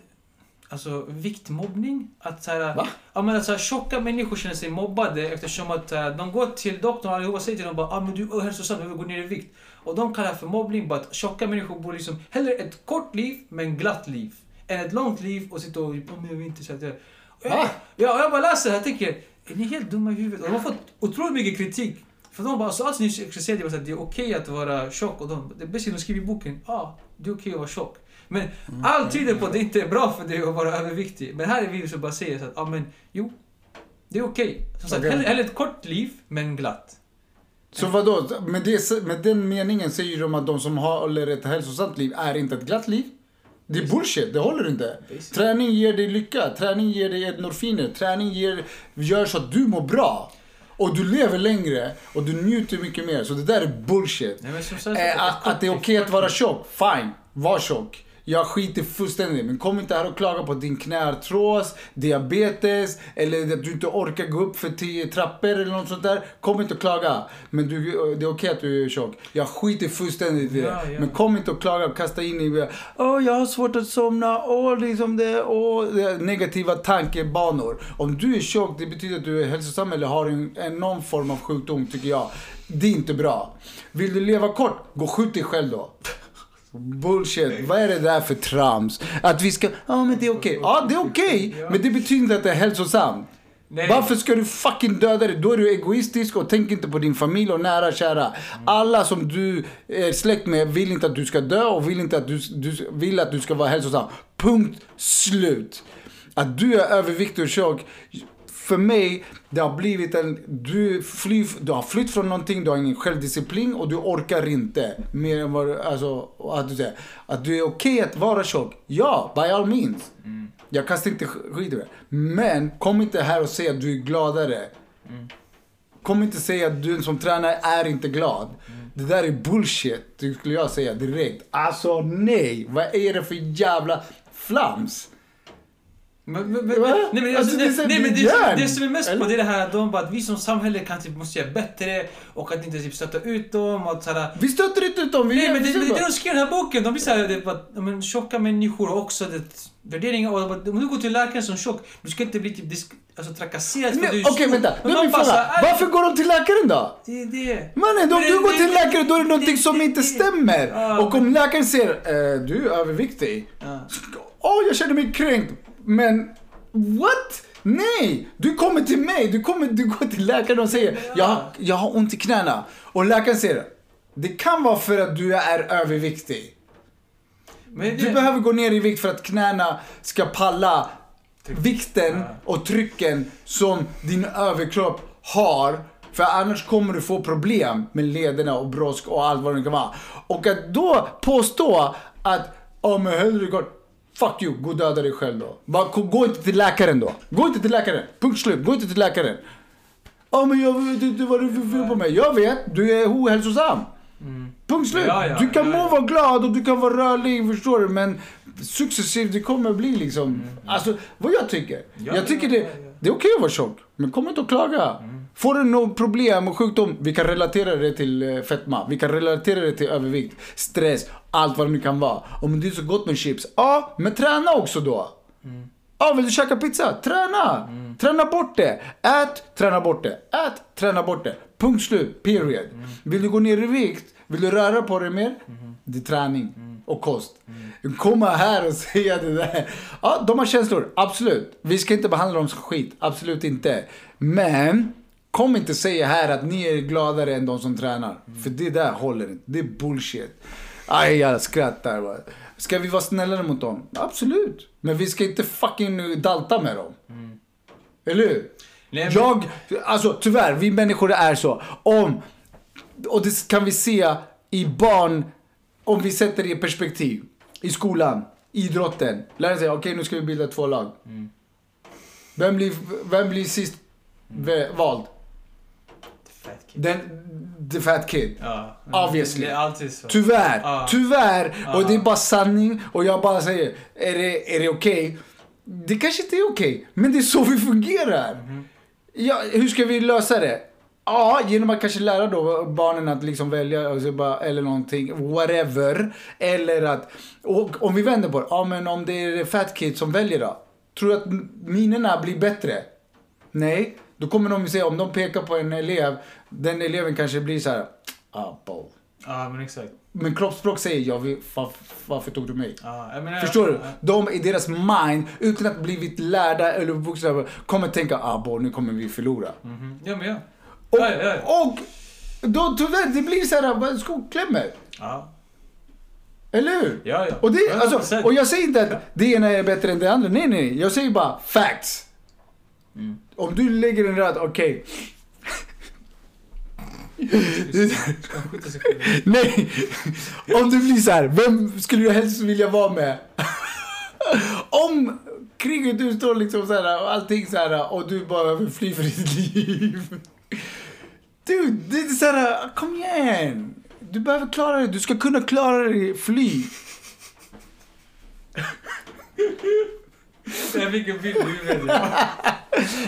A: alltså viktmobbning? Att såhär,
B: Va?
A: ja men att såhär, tjocka människor känner sig mobbade eftersom att eh, de går till doktorn och allihopa säger till dem bara ah, men du är ohälsosam, du behöver gå ner i vikt. Och de kallar det för mobbning, bara att tjocka människor bor liksom hellre ett kort liv men glatt liv. Än ett långt liv och sitta och, oh, men jag vill inte köra det. Ja,
B: Va?
A: ja, jag bara läser det här och tänker, är ni helt dumma i huvudet? Och de har fått otroligt mycket kritik. För de bara, så allt ni säger det var så att det är okej att vara tjock. Och de, det bästa de skriver i boken, ja, ah, det är okej att vara tjock. Men
B: Mm.
A: allt tyder på att det inte är bra för dig att vara överviktig. Men här är vi som bara säger så att, ja ah, men jo, det är okej. Som sagt,
B: Okej.
A: hellre, hellre ett kort liv, men glatt.
B: Så vadå? Med, det, med den meningen säger de att de som håller ett hälsosamt liv är inte ett glatt liv. Det är bullshit, det håller inte.
A: Precis.
B: Träning ger dig lycka, träning ger dig endorfiner, träning ger, gör så att du mår bra. Och du lever längre och du njuter mycket mer. Så det där är bullshit.
A: Nej, men som sagt,
B: Eh, att, att det är okej att vara tjock, fine. Var tjock. Jag skiter fullständigt Men kom inte här och klaga på din knärtros, diabetes eller att du inte orkar gå upp för tio trappor eller något sånt där. Kom inte och klaga. Men du, det är okej att du är tjock. Jag skiter fullständigt i det.
A: Ja, ja.
B: Men kom inte och klaga och kasta in i Åh, jag har svårt att somna. Åh, liksom det. Åh, det- negativa tankebanor. Om du är tjock, det betyder att du är hälsosam eller har en, en någon form av sjukdom, tycker jag. Det är inte bra. Vill du leva kort, gå och skjut dig själv då. Bullshit. Vad är det där för trams? Att vi ska... Ja, men det är okej. Ja, det är okej. Men det betyder inte att det är hälsosamt.
A: Nej.
B: Varför ska du fucking döda dig? Då är du egoistisk och tänker inte på din familj och nära och kära. Alla som du är släkt med vill inte att du ska dö och vill inte att du, du vill att du ska vara hälsosam. Punkt slut. Att du är överviktig och tjock, för mig, det har blivit en... Du, fly, du har flytt från någonting, du har ingen självdisciplin och du orkar inte. Mer än vad, alltså, att du säger. Att du är okej att vara tjock, ja, by all means.
A: Mm.
B: Jag kastar inte sk- skit i det. Men kom inte här och säg att
A: Mm. Mm.
B: du är gladare. Kom inte säga att du som tränare är inte glad. Det där är bullshit, det skulle jag säga direkt. Alltså nej, vad är det för jävla flams?
A: Men, men, men,
B: Va?
A: nej, men, alltså,
B: Alltså, det är
A: nej,
B: så
A: nej, men det,
B: begärd.
A: det som är mest på
B: Eller?
A: det är det här att de bara att vi som samhälle kan typ måste göra bättre och att inte typ stötta ut dem och sådär.
B: Vi stöter inte ut dem. Vi
A: Nej men det,
B: vi
A: det, det är
B: bara-
A: det de skriver i den här boken. De blir såhär, det, är bara, ja, men, tjocka människor har också det, värderingar. Och, bara, om du går till läkaren som tjock, du ska inte bli typ disk, alltså, trakasserad för
B: Nej,
A: att du är
B: Okej,
A: stor.
B: vänta.
A: Men
B: Då är
A: man
B: min
A: bara
B: fråga.
A: såhär,
B: Varför går de till läkaren då?
A: Det är det.
B: Mannen, om
A: Men
B: du
A: det-
B: går
A: det-
B: till
A: det-
B: läkaren då är det någonting
A: det-
B: som
A: det-
B: inte
A: det-
B: stämmer.
A: Ja,
B: Och om läkaren säger eh, du är överviktig.
A: Ja.
B: Åh, jag känner mig kränkt. Men what? Nej! Du kommer till mig. Du, kommer, du går till läkaren och säger jag, har- jag har ont i knäna. Och läkaren säger det kan vara för att du är överviktig.
A: Men
B: Du
A: det-
B: behöver gå ner i vikt för att knäna ska palla vikten
A: Ja.
B: och trycken som din överkropp har. För annars kommer du få problem med lederna och brosk och allt vad det kan vara. Och att då påstå att om men hellre går Fuck you, gå och döda dig själv då. Bara, gå- gå inte till läkaren då. Gå inte till läkaren. Punkt slut, gå inte till läkaren. Ja men jag vet inte vad det är för fel på mig. Jag vet, du är ohälsosam. Punkt slut.
A: Mm. Ja, ja,
B: du kan
A: ja,
B: må
A: ja.
B: vara glad och du kan vara rörlig, förstår du? Men successivt, det kommer bli liksom... Alltså, vad jag tycker.
A: Mm. Ja,
B: jag tycker
A: ja,
B: det,
A: ja, Mm. ja.
B: det är okej att vara tjock, men kom inte och klaga. Får du något problem och sjukdom, vi kan relatera det till eh, fetma, vi kan relatera det till övervikt, stress, allt vad det nu kan vara. Om det är så gott med chips, ja, men träna också då. Ja, vill du käka pizza? Träna! Träna bort det! Ät, träna bort det! Ät, träna bort det! Punkt slut, period. Vill du gå ner i vikt? Vill du röra på dig mer? Det är träning och kost. Komma här och säga det där. Ja, de har känslor, absolut. Vi ska inte behandla dem som skit, absolut inte. Men, kom inte säga här att ni är gladare än de som tränar. För det där håller inte, det är bullshit. Aj, jag skrattar bara. Ska vi vara snällare mot dem? Absolut. Men vi ska inte fucking dalta med dem. Eller hur?
A: Mm. Nej, men-
B: jag, alltså tyvärr, vi människor är så. Om, och det kan vi se i barn, om vi sätter det i perspektiv. I skolan, idrotten. Läraren säger okej nu ska vi bilda två lag.
A: Mm.
B: Vem, blir, vem blir sist v- vald?
A: Fat kid.
B: Den, the fat kid.
A: Ja.
B: Obviously.
A: Det är alltid så.
B: Tyvärr,
A: Ja.
B: tyvärr. Och
A: Ja.
B: det är bara sanning och jag bara säger, är det, är det okej? Det kanske inte är okej, men det är så vi fungerar.
A: Mhm.
B: Ja, hur ska vi lösa det? Ja, genom att kanske lära då barnen att liksom välja och så bara, eller någonting, whatever. Eller att, och om vi vänder på det, ja men om det är fat kids som väljer då? Tror du att m- minerna blir bättre? Nej, då kommer de ju säga om de pekar på en elev, den eleven kanske blir så här, ah, boll.
A: Ja men exakt.
B: Men kroppsspråk säger jag, vill- varf- varför tog du mig?
A: Ja, jag menar,
B: Förstår du?
A: Ja.
B: De i deras mind, utan att blivit lärda eller vuxna, kommer tänka ah, boll, nu kommer vi förlora.
A: Mhm. Ja men ja.
B: Och,
A: Ja, ja, ja.
B: och då tyvärr, det blir så här, bara skoklämmor.
A: Ja.
B: Eller hur?
A: Ja, ja.
B: Och, det, är-
A: 100%.
B: alltså, och jag säger inte att det ena är bättre än det andra. Nej, nej. Jag säger bara facts.
A: Mm.
B: Om du lägger en rad, okej.
A: Jag skjuter sig själv.
B: Nej! Om du blir så här, vem skulle du helst vilja vara med? Om kriget utstår liksom så här och allting så här och du bara vill fly för ditt liv. Du, det är så här, kom igen! Du behöver klara dig, du ska kunna klara dig, fly.
A: Jag fick en bild i huvudet.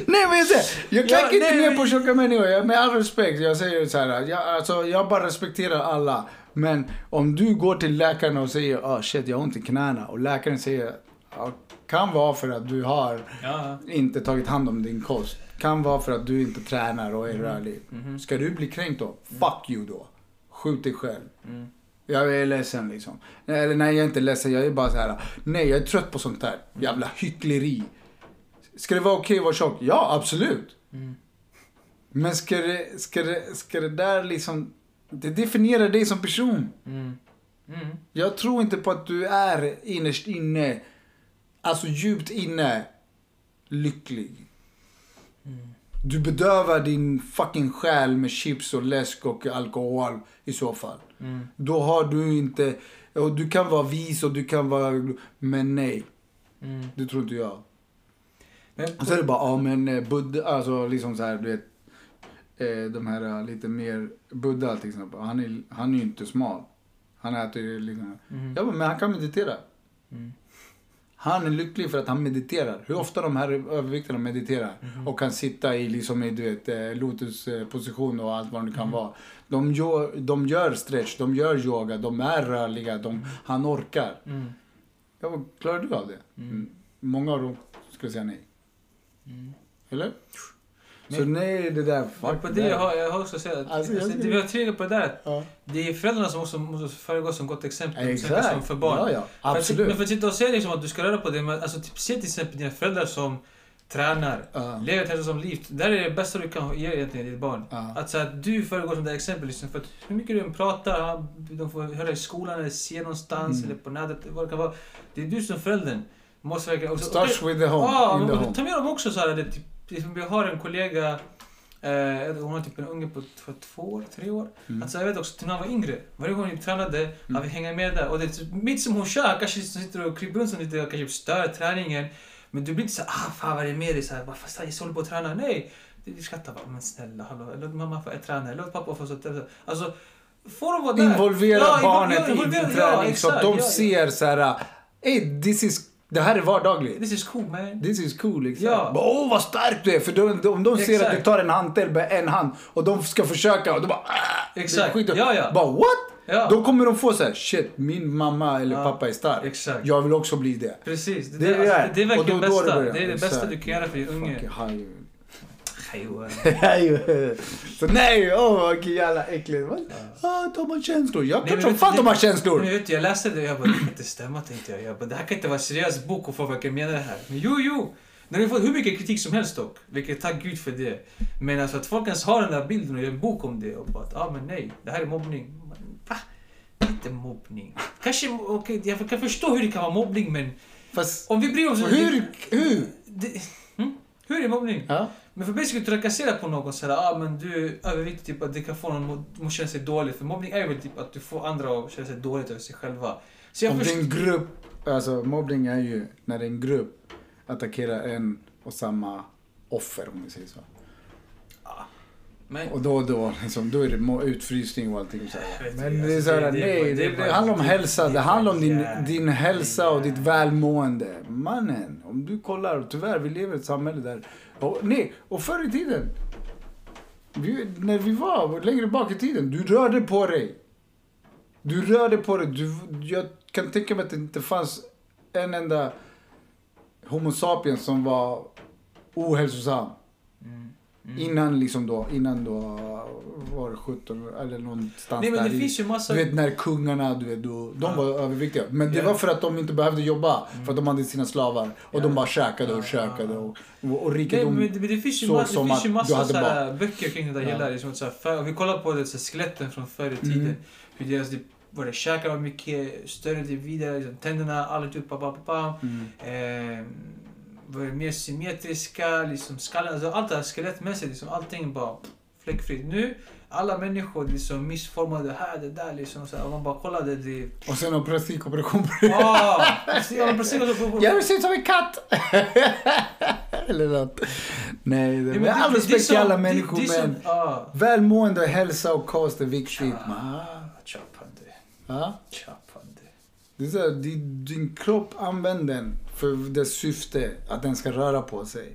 B: Nej men jag säger, jag klankar
A: Ja,
B: inte
A: nej,
B: ner
A: men-
B: på tjocka människor. Jag, med all respekt, jag säger så här. Jag, alltså, jag bara respekterar alla. Men om du går till läkaren och säger ah shit jag har ont i knäna och läkaren säger ah, kan vara för att du har
A: Ja.
B: inte tagit hand om din kost. Kan vara för att du inte tränar och är rörlig. Ska du bli kränkt då? Fuck you då. Skjut dig själv. Jag är ledsen liksom. Nej, Eller nej, jag är inte ledsen. Jag är bara så här. Nej, jag är trött på sånt där. Jävla hyckleri. Ska det vara okej att vara tjock? Ja, absolut. Men ska det, ska, det, ska det där liksom... Det definierar dig som person.
A: Mm. Mm.
B: Jag tror inte på att du är innerst inne, alltså djupt inne, lycklig. Du bedövar din fucking själ med chips och läsk och alkohol i så fall.
A: Mm.
B: Då har du inte... Och du kan vara vis och du kan vara... Men nej,
A: Mm.
B: det tror inte jag.
A: Men,
B: alltså, Och så är det bara, ja men eh, buddha, alltså liksom så här, du vet. eh, de här eh, lite mer Buddha till exempel. Han är, han är ju inte smal. Han äter ju liksom...
A: Mhm.
B: Ja, men han kan meditera.
A: Mm.
B: Han är lycklig för att han mediterar. Hur ofta de här överviktarna mediterar
A: Mm-hmm.
B: och kan sitta i liksom i, du vet, eh, lotusposition och allt vad det kan
A: Mm.
B: vara. De gör, de gör stretch, de gör yoga, de är rörliga, de, han orkar.
A: Mm.
B: Ja, vad klarar du av det?
A: Mm.
B: Mm. Många av dem skulle säga nej.
A: Mm.
B: Eller? Så nej, det där...
A: Men
B: Fuck
A: på
B: that.
A: det jag har jag har också sett att
B: Alltså,
A: alltså,
B: jag
A: det
B: skulle-
A: vi har trillat på det där att
B: Ja.
A: det är föräldrarna som också måste föregå som gott exempel. och försöka Som
B: Exakt.
A: för barn.
B: Ja, ja.
A: För att-
B: Absolut.
A: Men för att sitta och säga liksom att du ska röra på dig, men alltså typ se till exempel dina föräldrar som tränar,
B: Ja.
A: lever ett hälsosamt liv. Där är det bästa du kan ge egentligen ditt barn.
B: Ja.
A: Att, så att du föregår som det här exempel. Liksom, för att hur mycket du än pratar, de får höra i skolan eller se
B: Mm.
A: någonstans eller på nätet, vad det kan vara. Det är du som föräldern. Måste verkligen... och så- och det-
B: Starts with the home.
A: Ja,
B: in the
A: men
B: home.
A: ta med dem också så här. Det, är typ, liksom, vi har en kollega, eh, hon har typ en unge på t- två år, tre år.
B: Mm.
A: Alltså, jag vet också, när han var yngre, varje gång vi tränade, han fick hänga med där. Och det är typ, mitt som hon kör, kanske sitter och kryper runt som lite och kanske stör träningen. Men du blir inte så här, ah fan vad är det med dig? Så här, bara, fast jag håller på att träna. Nej! Vi skrattar bara, men snälla hallå, låt mamma få träna, låt pappa få så. Alltså, får de vara där.
B: Involvera
A: Ja,
B: barnet i
A: involvera-
B: din
A: ja,
B: träning så att
A: exakt,
B: de
A: ja, ja.
B: ser så här... Hey, this is, det här är vardagligt.
A: This is cool man.
B: This is cool. Liksom.
A: Ja.
B: Bara, Åh, vad stark du är! För de, de, om de ser att
A: Exakt.
B: du tar en hantel med en hand och de ska försöka och de bara... "Ah!" Det är
A: Exakt.
B: skit.
A: Ja, ja.
B: Bara what?
A: Ja.
B: Då kommer de få så här, shit, min mamma eller pappa är stark.
A: exakt.
B: Jag vill också bli det.
A: Precis, det,
B: Det
A: det,
B: är
A: alltså,
B: det.
A: det, det är
B: Och då-
A: verkligen det
B: då är det
A: bästa.
B: början.
A: Det är det
B: Exakt.
A: bästa du kan göra för din unge.
B: Fucking high.
A: Hej,
B: Nej, så nej, åh vad jävla äckligt. Vad- Ah, de har känslor. Jag
A: Nej,
B: kan
A: men
B: som
A: vet-
B: fan de har
A: Men
B: känslor.
A: vet du, jag läste det och jag bara, det kan inte stämma tänkte jag. jag bara, det här kan inte vara en seriös bok och folk verkligen menar det här. Men jo, jo! Den har ju fått hur mycket kritik som helst dock. Vilket, tack gud för det. Men alltså att folk ens har den där bilden och gör en bok om det och bara, ja ah, men nej, det här är mobbning. Men, Va? Det är Inte mobbning. Kanske, okej, jag kan förstå hur det kan vara mobbning men
B: Fast
A: om vi bryr oss
B: hur, hur?
A: Det, hm? Hur är mobbning?
B: Ja.
A: Men för basically trakassera på någon såhär, ah men du är överviktig, typ att det kan få någon att må- känna sig dålig. För mobbning är väl typ att du får andra att känna sig dåligt över sig själva. Så jag
B: Om det är
A: förstår...
B: en grupp, alltså mobbning är ju när en grupp attackerar en och samma offer om vi säger så.
A: Men...
B: Och då och då, liksom, då är det mo- utfrysning och allting. Så här.
A: vet
B: Men
A: inte,
B: det är så här,
A: alltså, det- det är
B: nej,
A: bara-
B: det,
A: det är
B: det
A: bara-
B: handlar om
A: det-
B: hälsa,
A: det
B: det
A: är
B: handlar om
A: bara
B: din,
A: jävligt.
B: din hälsa och ditt
A: Ja.
B: välmående. Mannen, om du kollar, tyvärr, vi lever i ett samhälle där... Och, nej, och förr i tiden, vi, när vi var längre bak i tiden, du rörde på dig. Du rörde på dig. Du, jag kan tänka mig att det inte fanns en enda Homo sapiens som var ohälsosam.
A: Mm.
B: Innan liksom då, innan då var det 17 eller någonstans
A: Nej men det
B: där i-
A: finns ju massa...
B: Du vet när kungarna, du vet, då, de var överviktiga. Men det
A: Ja.
B: var för att de inte behövde jobba. För att de hade sina slavar. Och de bara käkade och
A: Ja.
B: käkade. Och, och, och
A: Nej,
B: rikedom.
A: men det, men det finns ju,
B: såg
A: ma- det
B: som
A: finns ju
B: att du
A: massa
B: hade
A: så här böcker kring det där
B: Ja.
A: hela. Liksom, så här, för, om vi kollar på det, så här, skeletten från förr i tiden.
B: Mm.
A: Hur deras typ, var det käkar var mycket större, vidare, liksom, tänderna, alltihop, ba, ba, ba, ba.
B: Mm.
A: eh, var mer symmetriska, liksom skallen, alltså allt det här skelettmässigt, liksom, allting bara fläckfritt. Nu, alla människor liksom missformade här, det där liksom. Så här, om man bara kollade det...
B: Och sen en plastikoperation.
A: Ah, precis, ja, men precis vad du-
B: Jag vill se ut som en katt! Eller något. Nej,
A: Nej,
B: det,
A: men
B: med
A: det-
B: all
A: det- det är
B: respekt till
A: som-
B: alla
A: det-
B: människor
A: det är som-
B: men
A: ah.
B: välmående och hälsa och kost är viktigt. Man.
A: Ah, Chapande,
B: Ja.
A: chapande.
B: Det är så här, din, din kropp använder den för dess syfte, att den ska röra på sig.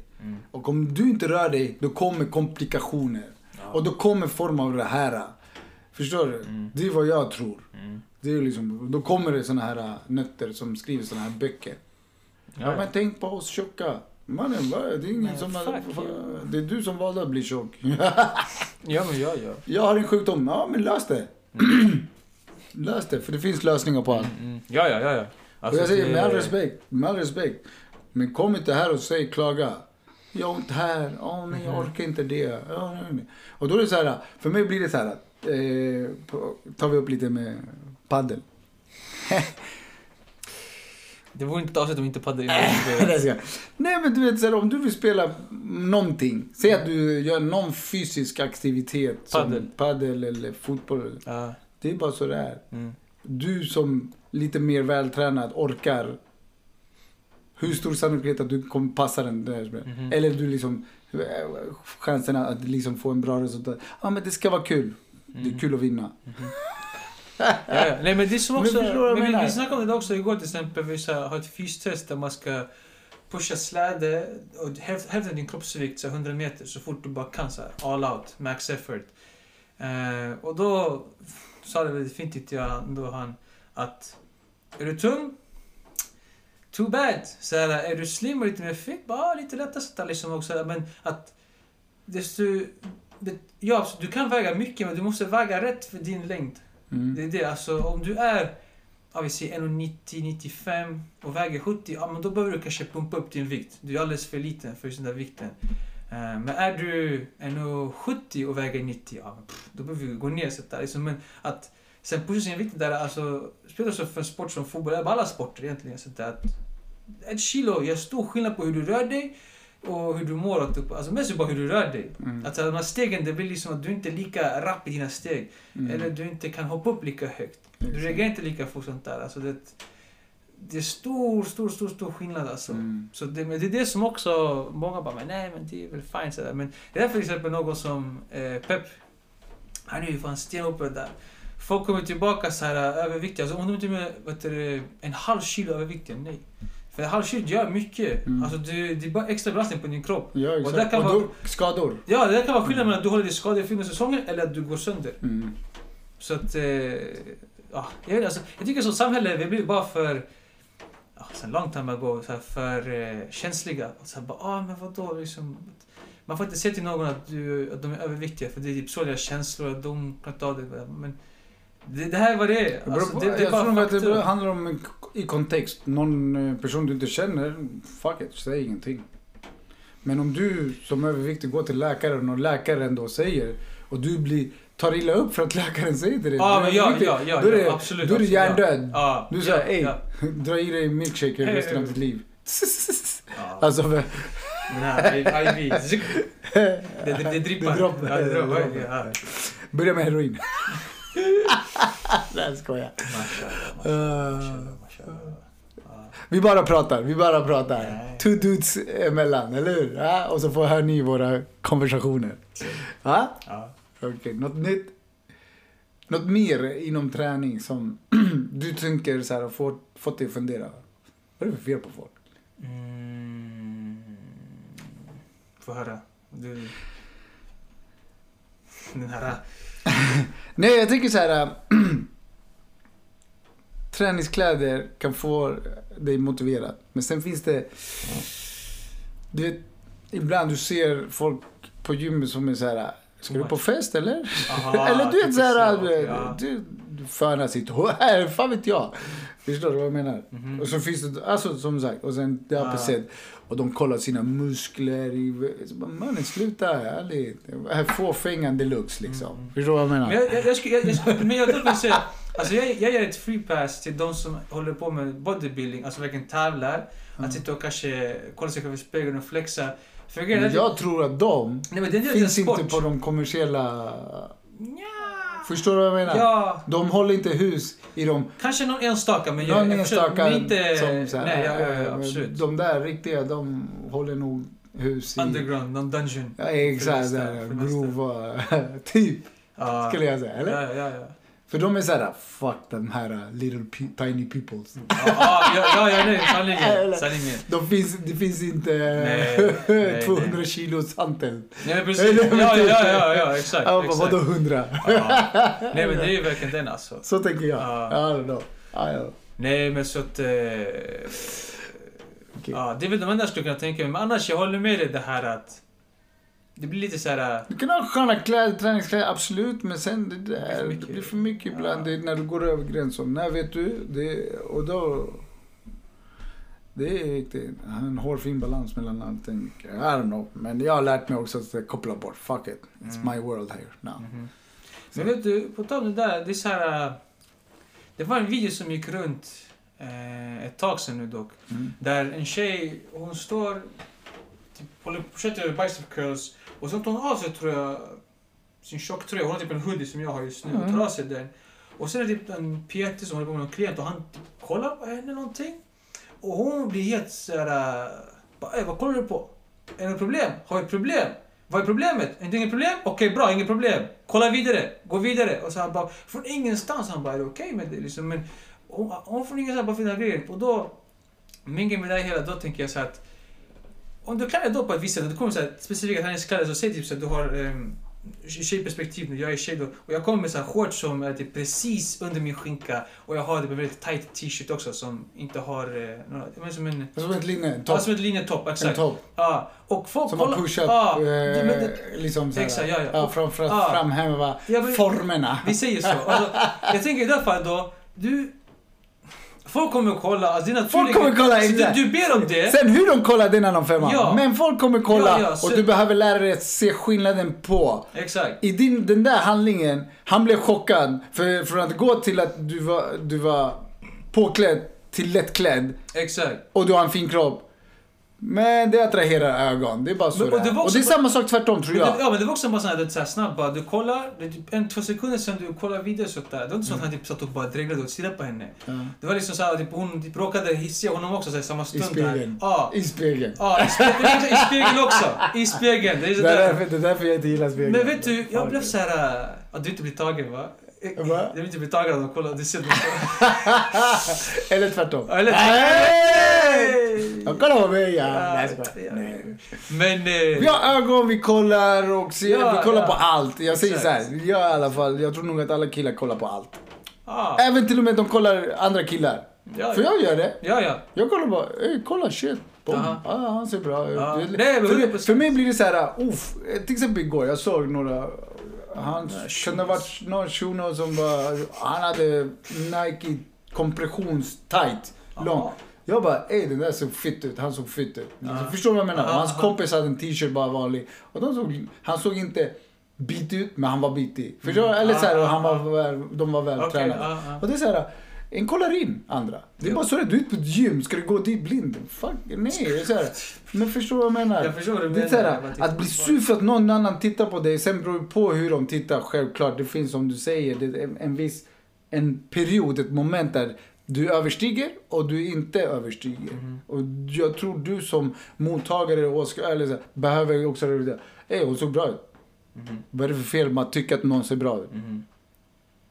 B: Och om du inte rör dig, då kommer komplikationer. Och då kommer form av det här. Förstår du? Det är vad jag tror. Det är liksom, då kommer det såna här äh, nötter som skriver såna här böcker. Ja, men tänk på oss tjocka. Mannen, va? det är ingen
A: Nej,
B: som...
A: fuck
B: va-
A: you.
B: det är du som valde att bli tjock.
A: Ja, men ja, ja.
B: jag har en sjukdom. Ja, men lös det. lös det, för det finns lösningar på allt.
A: Mm. Ja, ja, ja. Alltså, ja.
B: Och jag säger med all respekt, med all respekt. Men kom inte här och säg klaga. Jag har ont här. Åh nej, jag orkar inte det. Åh, nej, nej. Och då är det så här. För mig blir det så här. att, Eh, på- tar vi upp lite med paddel.
A: Det vore inte avsett om inte Padde
B: Där ska jag. nej men du vet så här, om du vill spela någonting. Säg att du gör någon fysisk aktivitet.
A: Padel.
B: Som paddel eller fotboll.
A: Ja.
B: Det är bara så det är.
A: Mm.
B: Du som lite mer vältränad orkar Hur stor sannolikhet att du kommer passa den där spelaren?
A: Mhm. Mm.
B: Eller du liksom, eh, chansen att liksom få en bra resultat. Ja men det ska vara kul. Det är kul att vinna.
A: Ja, ja. Nej men det är som
B: Men
A: också,
B: förstår du vad jag
A: men vi,
B: menar?
A: vi snackade om det också igår till exempel, vi så här, har ett fystest där man ska pusha släde och häv- hävda din kroppsvikt så här, 100 meter så fort du bara kan så här, all out, max effort. Eh, och då sa det väldigt fint tyckte jag då han att är du tung? Too bad! Så här, är du slim och lite mer fit? Bara lite lättare sätta liksom också. Men att desto... Det, ja, absolut, du kan väga mycket men du måste väga rätt för din längd.
B: Mm.
A: Det är det, alltså om du är ja, vi säger 1,90-95 och väger 70, ja men då behöver du kanske pumpa upp din vikt. Du är alldeles för liten för just den där vikten. Eh, Men är du 1,70 och väger 90, ja, men pff, då behöver du gå ner och sätta liksom. Men att sen pusha sin vikt där, alltså spelar så för en sport som fotboll, eller alla sporter egentligen, så där, att ett kilo gör stor skillnad på hur du rör dig och hur du mår. och typ- Alltså mest bara hur du rör dig.
B: Mm.
A: Att så här, de här stegen, det blir liksom att du inte är lika rapp i dina steg.
B: Mm.
A: Eller du inte kan hoppa upp lika högt. Du
B: Exakt.
A: reagerar inte lika fort sånt där. Alltså det, det är stor, stor, stor, stor skillnad alltså.
B: Mm.
A: Så det, men det är det som också många bara, men nej men det är väl fint sådär. Men det är till exempel någon som eh, Pep. Han är ju fan stenhård på det där. Folk kommer tillbaka så här eh, överviktiga. Alltså om de inte är med, vad heter det, en halv kilo överviktiga, nej. För en halv kilo gör mycket.
B: Mm.
A: Alltså du, det är bara extra belastning på din kropp.
B: Ja, Mm.
A: Och där
B: exakt.
A: kan
B: Och,
A: vara-
B: då skador.
A: Ja, det där kan vara skillnaden mellan att du håller dig skadefri under säsongen eller att du går sönder.
B: Mm.
A: Så att... Eh, ja, jag, vet, alltså, jag tycker som samhälle, vi blir bara för... Ja, sen long time ago, så här, för eh, känsliga. Och så här, bara, ah, men vadå, liksom, man får inte säga till någon att, du, att de är överviktiga för det är typ så deras känslor, att de kan ta det. Men det, det här är vad det är.
B: Det
A: Alltså,
B: beror på-
A: det, det är
B: jag
A: bara
B: tror att det
A: faktum.
B: beror- handlar om en k- i kontext. Någon eh, person du inte känner, fuck it, säg ingenting. Men om du som överviktig går till läkaren och läkaren då säger och du blir, tar illa upp för att läkaren säger till dig.
A: Ja,
B: du är
A: men ja,
B: överviktig,
A: ja, ja,
B: då är det,
A: ja, absolut.
B: Då är du
A: absolut, ja.
B: hjärndöd.
A: Ja,
B: Du säger ej,
A: ja,
B: dra i dig milkshake
A: Hej,
B: resten av
A: hej.
B: ditt liv.
A: ja.
B: Alltså, för-
A: Nej, det är IV. Det, det, det drippar.
B: Det droppar.
A: Ja, det droppar.
B: Det
A: Ja.
B: börja med heroin. Nej, jag skojar.
A: Mashallah,
B: Uh,
A: mashallah, mashallah. Ja.
B: Vi bara pratar, vi bara pratar.
A: Nej.
B: Two dudes emellan, eller hur? Ja? Och så får hör ni våra konversationer. Ja?
A: Ja.
B: Okej, något nytt? Något mer inom träning som du tänker så här, får, fått dig att fundera? Vad är det för fel på folk?
A: Mm. Få höra. Du... Den här...
B: Nej, jag tänker så här. äh, träningskläder kan få dig motiverad. Men sen finns det... Du vet, ibland du ser folk på gymmet som är så här. äh, Ska du på fest eller?
A: Aha,
B: eller du vet eh,
A: typ
B: såhär,
A: så,
B: du,
A: ja.
B: du, du fönar sitt hår, fan vet jag. Förstår du vad jag menar?
A: Mhm.
B: Och så finns det, alltså som sagt, och sen det
A: Ah.
B: har sett. Och de kollar sina muskler. I, så bara, mannen sluta, ärligt. Fåfängan deluxe liksom.
A: Mm.
B: Förstår du vad jag menar?
A: Men jag, jag, jag, skulle- jag, jag, skulle- men jag skulle vilja säga, alltså jag, jag ger ett free pass till de som håller på med bodybuilding, alltså verkligen tävlar.
B: Mm.
A: Att sitta och kanske kolla sig själv i spegeln och flexa. För grejen är-
B: Men jag tror att de
A: nej, men det är en
B: finns
A: sport.
B: inte på de kommersiella...
A: Nja.
B: Förstår du vad jag menar?
A: Ja,
B: De håller inte hus i de...
A: kanske någon enstaka men jag,
B: Någon
A: jag försöker-
B: enstaka
A: men inte,
B: som så här, eh,
A: Nej, ja, ja, ja,
B: men
A: absolut.
B: De där riktiga, de håller nog hus i...
A: Underground, någon dungeon.
B: Ja, exakt.
A: Finasta,
B: Där,
A: finasta.
B: grova... typ,
A: Ja.
B: skulle jag säga. Eller?
A: Ja, ja, ja.
B: För de är såhär, fuck de här uh, little pe- tiny peoples.
A: Ja, ah, ja, ja, ja, nej, sanningen.
B: Eller-
A: sanningen.
B: De finns, det finns inte
A: Nej, nej,
B: 200 kilos hantel.
A: Nej, men precis.
B: Eller-
A: Ja, ja, ja, ja, ja exakt.
B: Ja,
A: exakt.
B: vadå 100?
A: Ja. Nej, men det är ju verkligen den alltså.
B: Så tänker jag.
A: Ja.
B: Ja, I don't know. Ja, ja.
A: Nej, men så att... Eh,
B: Okej.
A: ja, det är väl de enda jag skulle kunna tänka mig. Men annars, jag håller med dig det här att... Det blir lite så här...
B: Du kan ha sköna kläder, träningskläder, absolut. Men sen det, där,
A: för
B: det
A: mycket.
B: blir för mycket ibland.
A: Ja.
B: Det är när du går över gränsen. När vet du? Det, och då... Det är riktigt. Jag har En hårfin balans mellan allting. I don't know. Men jag har lärt mig också att koppla bort. Fuck it. It's
A: Mm.
B: my world here now.
A: Mhm. Men vet du, på tal om det där, det är så här... eh, Det var en video som gick runt eh, ett tag sedan nu dock.
B: Mm.
A: Där en tjej, hon står, typ, håller, försöker göra bicep curls och sen tar hon av sig tror jag, sin tjocktröja. Hon har typ en hoodie som jag har just nu. Hon
B: Mm.
A: tar av sig den. Och sen är det typ en PT som håller på med någon klient och han typ kollar på henne någonting. Och hon blir helt såhär... äh, bara, "Ey, Vad kollar du på? Är det problem? Har vi problem? Vad är problemet? Är det inget problem? Okej, bra, inget problem. Kolla vidare, gå vidare. Och så han bara, från ingenstans, han bara, är det okej med det? Liksom, men hon, hon från ingenstans bara finner grejen. Och då, min grej med det här hela, då tänker jag så här att om du klär dig då på ett visst sätt, och det kommer så här, specifika träningskläder, så säg typ så att du har um, tjejperspektiv nu, jag är tjej då, och jag kommer med så här shorts som är typ precis under min skinka och jag har typ en väldigt tight t-shirt också som inte har eh, några, men som en,
B: Som ett linne, en
A: ja,
B: topp.
A: som ett linjetopp,
B: En
A: exakt.
B: topp.
A: Ja, och folk
B: Som har
A: kollar-
B: pushat
A: ja,
B: eh,
A: ah, du, men det,
B: liksom såhär.
A: Exakt, ja, ja.
B: framför att
A: Ja.
B: framhäva
A: Ja, men-
B: formerna.
A: Vi säger så. Alltså, jag tänker i det här fallet då, du... Folk kommer att kolla, alltså det är naturligt.
B: kommer kolla,
A: Så
B: exakt.
A: du, du ber om det.
B: Sen hur de kollar den är någon femma.
A: Ja.
B: Men folk kommer kolla
A: Ja, ja, så-
B: och du behöver lära dig att se skillnaden på.
A: Exakt.
B: I din, den där handlingen, han blev chockad. För, från att gå till att du var, du var påklädd till lättklädd
A: Exakt.
B: och du har en fin kropp. Men det attraherar ögon. Det är bara så
A: Men-
B: det
A: och det
B: är.
A: var
B: Och det är
A: också-
B: samma sak tvärtom tror
A: Men
B: jag.
A: det, ja, men det var också bara sån här, du vet, så här snabba, du kollar, det är typ en, två sekunder sen du kollar vidare sånt där. Det var inte så att han typ satt och bara dreglade och stirrade på henne.
B: Mm. Ja.
A: Det var liksom såhär, typ, hon typ råkade hissa honom också så här, samma
B: I
A: stund.
B: spegeln.
A: Där. Ja.
B: I spegeln.
A: Ja, i spegeln, i spegeln också. I spegeln. Det är
B: Det är,
A: sådär.
B: därför, det är därför jag inte gillar spegeln.
A: Men vet du, jag
B: Fan.
A: blev såhär... äh, Att du inte blir tagen va? Jag
B: Va?
A: vill inte bli tagen av dem, kolla, du ser dem.
B: Eller tvärtom.
A: Ja, Eller...
B: Hey!
A: Hey!
B: Ja, kolla på mig! Ja.
A: Ja,
B: Nej, jag skojar.
A: ja.
B: Nej.
A: Men...
B: Vi
A: Eh,
B: har ögon, vi kollar och ser,
A: Ja,
B: vi kollar
A: ja.
B: på allt. Jag säger så
A: Exakt.
B: här, jag i alla fall, jag tror nog att alla killar kollar på allt.
A: ah,
B: Även till och med de kollar andra killar.
A: ja,
B: För jag gör det.
A: ja, ja.
B: Jag kollar bara, "Ey, kolla shit. Boom.
A: Aha.
B: Ja, han ser bra ut.
A: Ja.
B: Det-
A: Nej, men
B: för, det-
A: 100%.
B: för mig blir det så här, uff. Till exempel igår, jag såg några, han kunde ha varit någon shuno som var, han hade Nike kompressions tight, lång.
A: Aha.
B: Jag bara, ey den där såg fitt ut, han såg fitt ut.
A: Ja.
B: Förstår du vad jag menar? Och
A: Ja,
B: hans
A: ja.
B: kompis hade en t-shirt bara vanlig. Och de såg, han såg inte bit ut, men han var bitig. Förstår du? Eller så här,
A: Mm. Ja,
B: och han
A: ja,
B: var väl, de var
A: Okej,
B: vältränade.
A: ja, ja.
B: Och det är så här, en kollar in andra. Det är
A: Ja.
B: bara så det är. du är ute på ett gym, ska du gå dit blind? Fuck, nej. Det är så här, men förstår du vad jag menar?
A: Jag förstår vad du
B: det är
A: menar.
B: så
A: Jag bara
B: här,
A: tittar
B: att bli
A: på
B: sur för att någon annan tittar på dig, sen beror det på hur de tittar, självklart. Det finns som du säger, det är en, en viss en period, ett moment där du överstiger och du inte överstiger.
A: Mm-hmm.
B: Och jag tror du som mottagare och åskådare eller så här, behöver också... Ey, hon såg bra ut.
A: Mhm.
B: Vad är det för fel med att tycka att någon ser bra ut?
A: Mhm.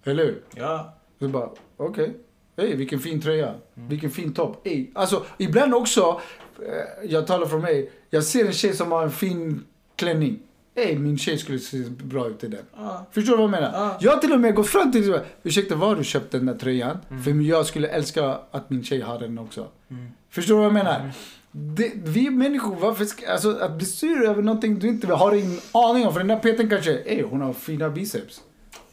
B: Eller hur?
A: Ja.
B: Så bara, okej. Ey, vilken fin tröja.
A: Mm.
B: Vilken fin topp. Ey. Alltså, ibland också, eh, jag talar från mig, jag ser en tjej som har en fin klänning. Ey, min tjej skulle se bra ut i den.
A: ja.
B: Förstår du vad jag menar?
A: Ja.
B: Jag har till och med gått fram till henne ursäkta var har du köpt den där tröjan? För jag skulle älska att min tjej har den också.
A: Mm.
B: Förstår du vad jag menar? Det, vi människor, varför ska, alltså, att bli sur över någonting du inte har ingen aning om. För den där peten kanske, ey, hon har fina biceps.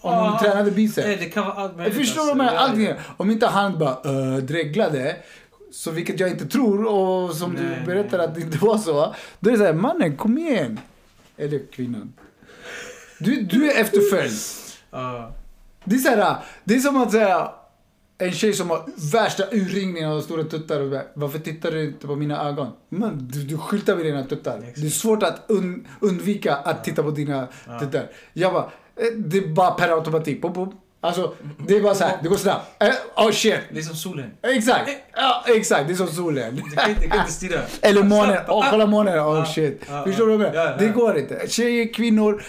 B: Om hon
A: Ja. Eh,
B: tränade biceps.
A: Nej, det kan vara allt
B: Jag
A: möjligt.
B: Typ. förstår vad
A: alltså.
B: man menar.
A: Ja,
B: Allting.
A: ja.
B: Om inte han bara "Öh, dreglade, så vilket jag inte tror och som
A: Nej,
B: du berättar
A: nej.
B: att det inte var så. Då är det såhär, mannen kom igen. Eller kvinnan. Du, du är efterföljd.
A: Ja.
B: Det är, så här, det är som att säga en tjej som har värsta urringningen och stora tuttar och bara, varför tittar du inte på mina ögon? Men du, du skyltar med dina tuttar.
A: Exakt.
B: Det är svårt att un, undvika att titta på dina tuttar. Jag bara, eh, det är bara per automatik. Boom, boom. Alltså, det är bara så här, det går snabbt. Eh, oh shit!
A: Det är som solen.
B: Exakt! Ja, exakt, det är som solen.
A: Du Eh. kan, inte- du kan inte Alltså, styra.
B: Eller månen.
A: ah,
B: Åh, kolla månen. Åh
A: Ja,
B: shit.
A: ja,
B: Förstår du vad jag
A: ah, ja,
B: menar?
A: ja.
B: Det går inte. Tjejer, kvinnor.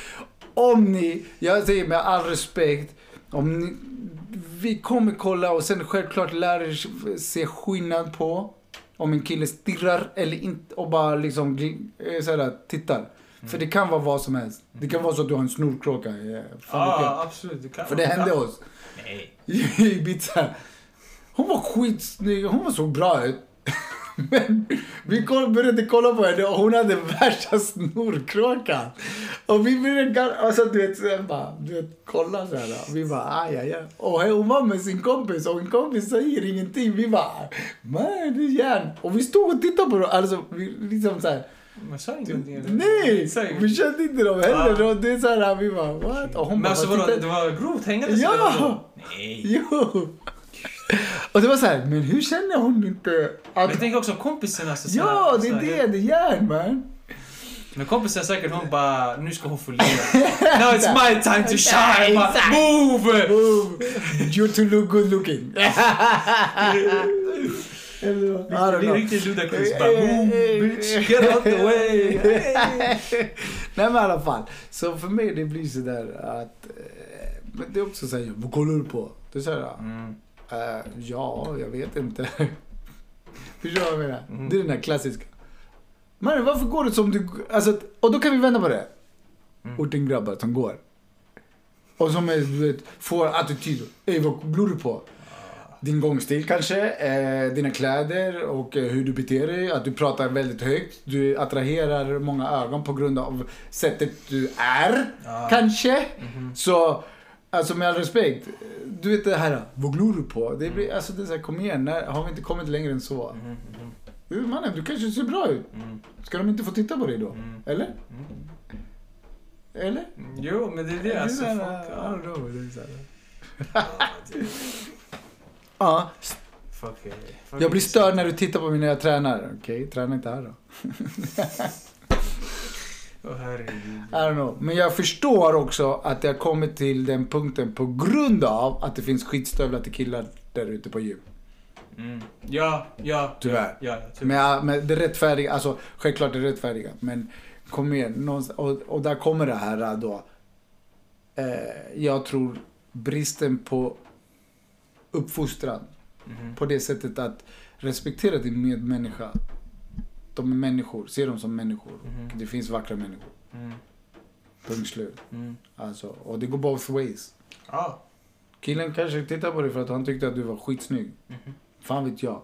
B: Om ni, jag säger med all respekt, om ni, vi kommer kolla och sen självklart lär er se skillnad på om en kille stirrar eller inte och bara liksom gl- eh, så här, tittar. För
A: Mm.
B: det kan vara vad som helst. Det kan vara så att du har en snorkråka. eh,
A: Ja,
B: fan vet jag.
A: ah, absolut. Du kan.
B: För det hände
A: Ja.
B: oss
A: Nej.
B: i Ibiza. Hon var skitsnygg, hon såg bra ut. Men vi koll, började kolla på henne och hon hade värsta snorkråkan. Och vi började gar- alltså, du vet, så här bara, du vet, kolla så här. Och vi bara, aj, aj, aj. Och hon var med sin kompis och en kompis säger ingenting. Vi bara, man, det är järn. Och vi stod och tittade på dem. Alltså, vi liksom så här.
A: Men sa inte någonting? eller?
B: Nej!
A: Sa ingenting.
B: Vi kände inte dem heller. Och det är så här, vi bara, what? Och hon
A: Men
B: bara,
A: alltså
B: "Vad
A: vadå,
B: tittar-
A: det var grovt hängande?
B: Ja!
A: sådär då? Nej.
B: Jo! Och det var så här, men hur känner hon inte
A: Men
B: att...
A: jag tänker också kompisen alltså. sådär-
B: Ja, det är
A: sådär.
B: det, det är järn man!
A: Men kompisen säkert hon bara, nu ska hon få lira. Now it's my time to shine! Bara,
B: Exakt.
A: Move!
B: Oh, you're too look good looking. Eller vad? I
A: Det
B: don't
A: är
B: know.
A: riktigt Ludacris. Bara boom, bitch, get out the way.
B: Nej men i alla fall. Så för mig det blir sådär att... eh, Men det är också såhär, vad kollar du på? Du säger jag,
A: Mm.
B: eh, ja, jag vet inte. Förstår du vad jag menar?
A: Mm.
B: Det är den där klassiska. Men varför går du som du... Alltså, att- och då kan vi vända på det.
A: Mm.
B: Ortengrabbar som går. Och som är, du vet, får attityd. Ey, vad glor du på? Din gångstil kanske, eh, dina kläder och eh, hur du beter dig. Att du pratar väldigt högt. Du attraherar många ögon på grund av sättet du är. Kanske.
A: Mhm.
B: Så, alltså med all respekt. Du vet det här, vad glor du på? Det blir, alltså det är så här, kom igen, när, har vi inte kommit längre än så?
A: Mm, mm,
B: Du, mannen, du kanske ser bra ut.
A: mm,
B: Ska de inte få titta på dig då?
A: mm,
B: Eller?
A: mm.
B: Eller?
A: Jo, men det är
B: Det
A: det.
B: är
A: Alltså,
B: så här,
A: folk,
B: I don't
A: ja.
B: know, det är så här. Ja,
A: Fuck it. Fuck
B: jag blir
A: it.
B: störd när du tittar på mig när jag tränar. Okej, träna inte här då.
A: Åh, herregud.
B: I don't know. Men jag förstår också att jag kommit till den punkten på grund av att det finns skitstövlar till killar där ute på gym.
A: Mm. Ja, ja.
B: Tyvärr.
A: Ja, ja, typ.
B: Men, jag, men det rättfärdiga, alltså självklart det rättfärdiga. Men kom igen, någonstans- och, och där kommer det här då. Eh, jag tror bristen på uppfostran.
A: Mhm.
B: På det sättet att respektera din medmänniska. De är människor, se dem som människor.
A: Mhm.
B: Det finns vackra människor.
A: Mm.
B: Punkt slut.
A: Mm.
B: Alltså, och det går both ways.
A: Ja.
B: Killen kanske tittar på dig för att han tyckte att du var skitsnygg.
A: Mhm.
B: Fan vet jag.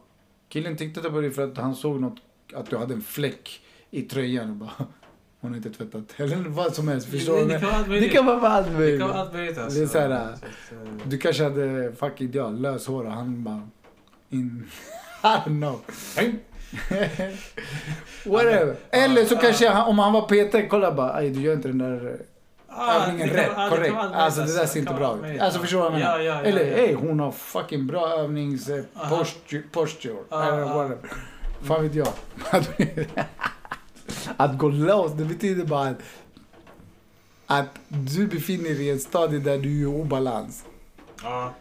B: Killen tittade på dig för att han såg något, att du hade en fläck i tröjan och bara Hon har inte tvättat. Eller vad som helst. Förstår
A: Det
B: du?
A: kan vara allt
B: Det
A: möjligt.
B: kan vara allt
A: Det kan
B: möjligt.
A: vara allt möjligt. Alltså.
B: Det är så här, äh,
A: Så att, eh,
B: Du kanske hade, fuck it, ja, löshår och han bara in. I don't know. Whatever. Eller så
A: Ja,
B: kanske han, om han var PT, kolla bara, "Aj, du gör inte den där
A: ah,
B: övningen
A: det kan
B: rätt,
A: vara- ah, det kan
B: korrekt.
A: vara allt
B: Alltså det
A: möjligt,
B: där ser inte
A: kan
B: bra
A: vara allt
B: ut.
A: möjligt.
B: Alltså förstår du vad jag menar?
A: Ja, ja, ja,
B: Eller
A: ja.
B: hej, hon har fucking bra övnings eh,
A: Aha.
B: posture, posture
A: Ja,
B: eller
A: ja.
B: whatever. Fan vet jag. att gå loss, det betyder bara att, att du befinner dig i ett stadie där du är i obalans.
A: Ja.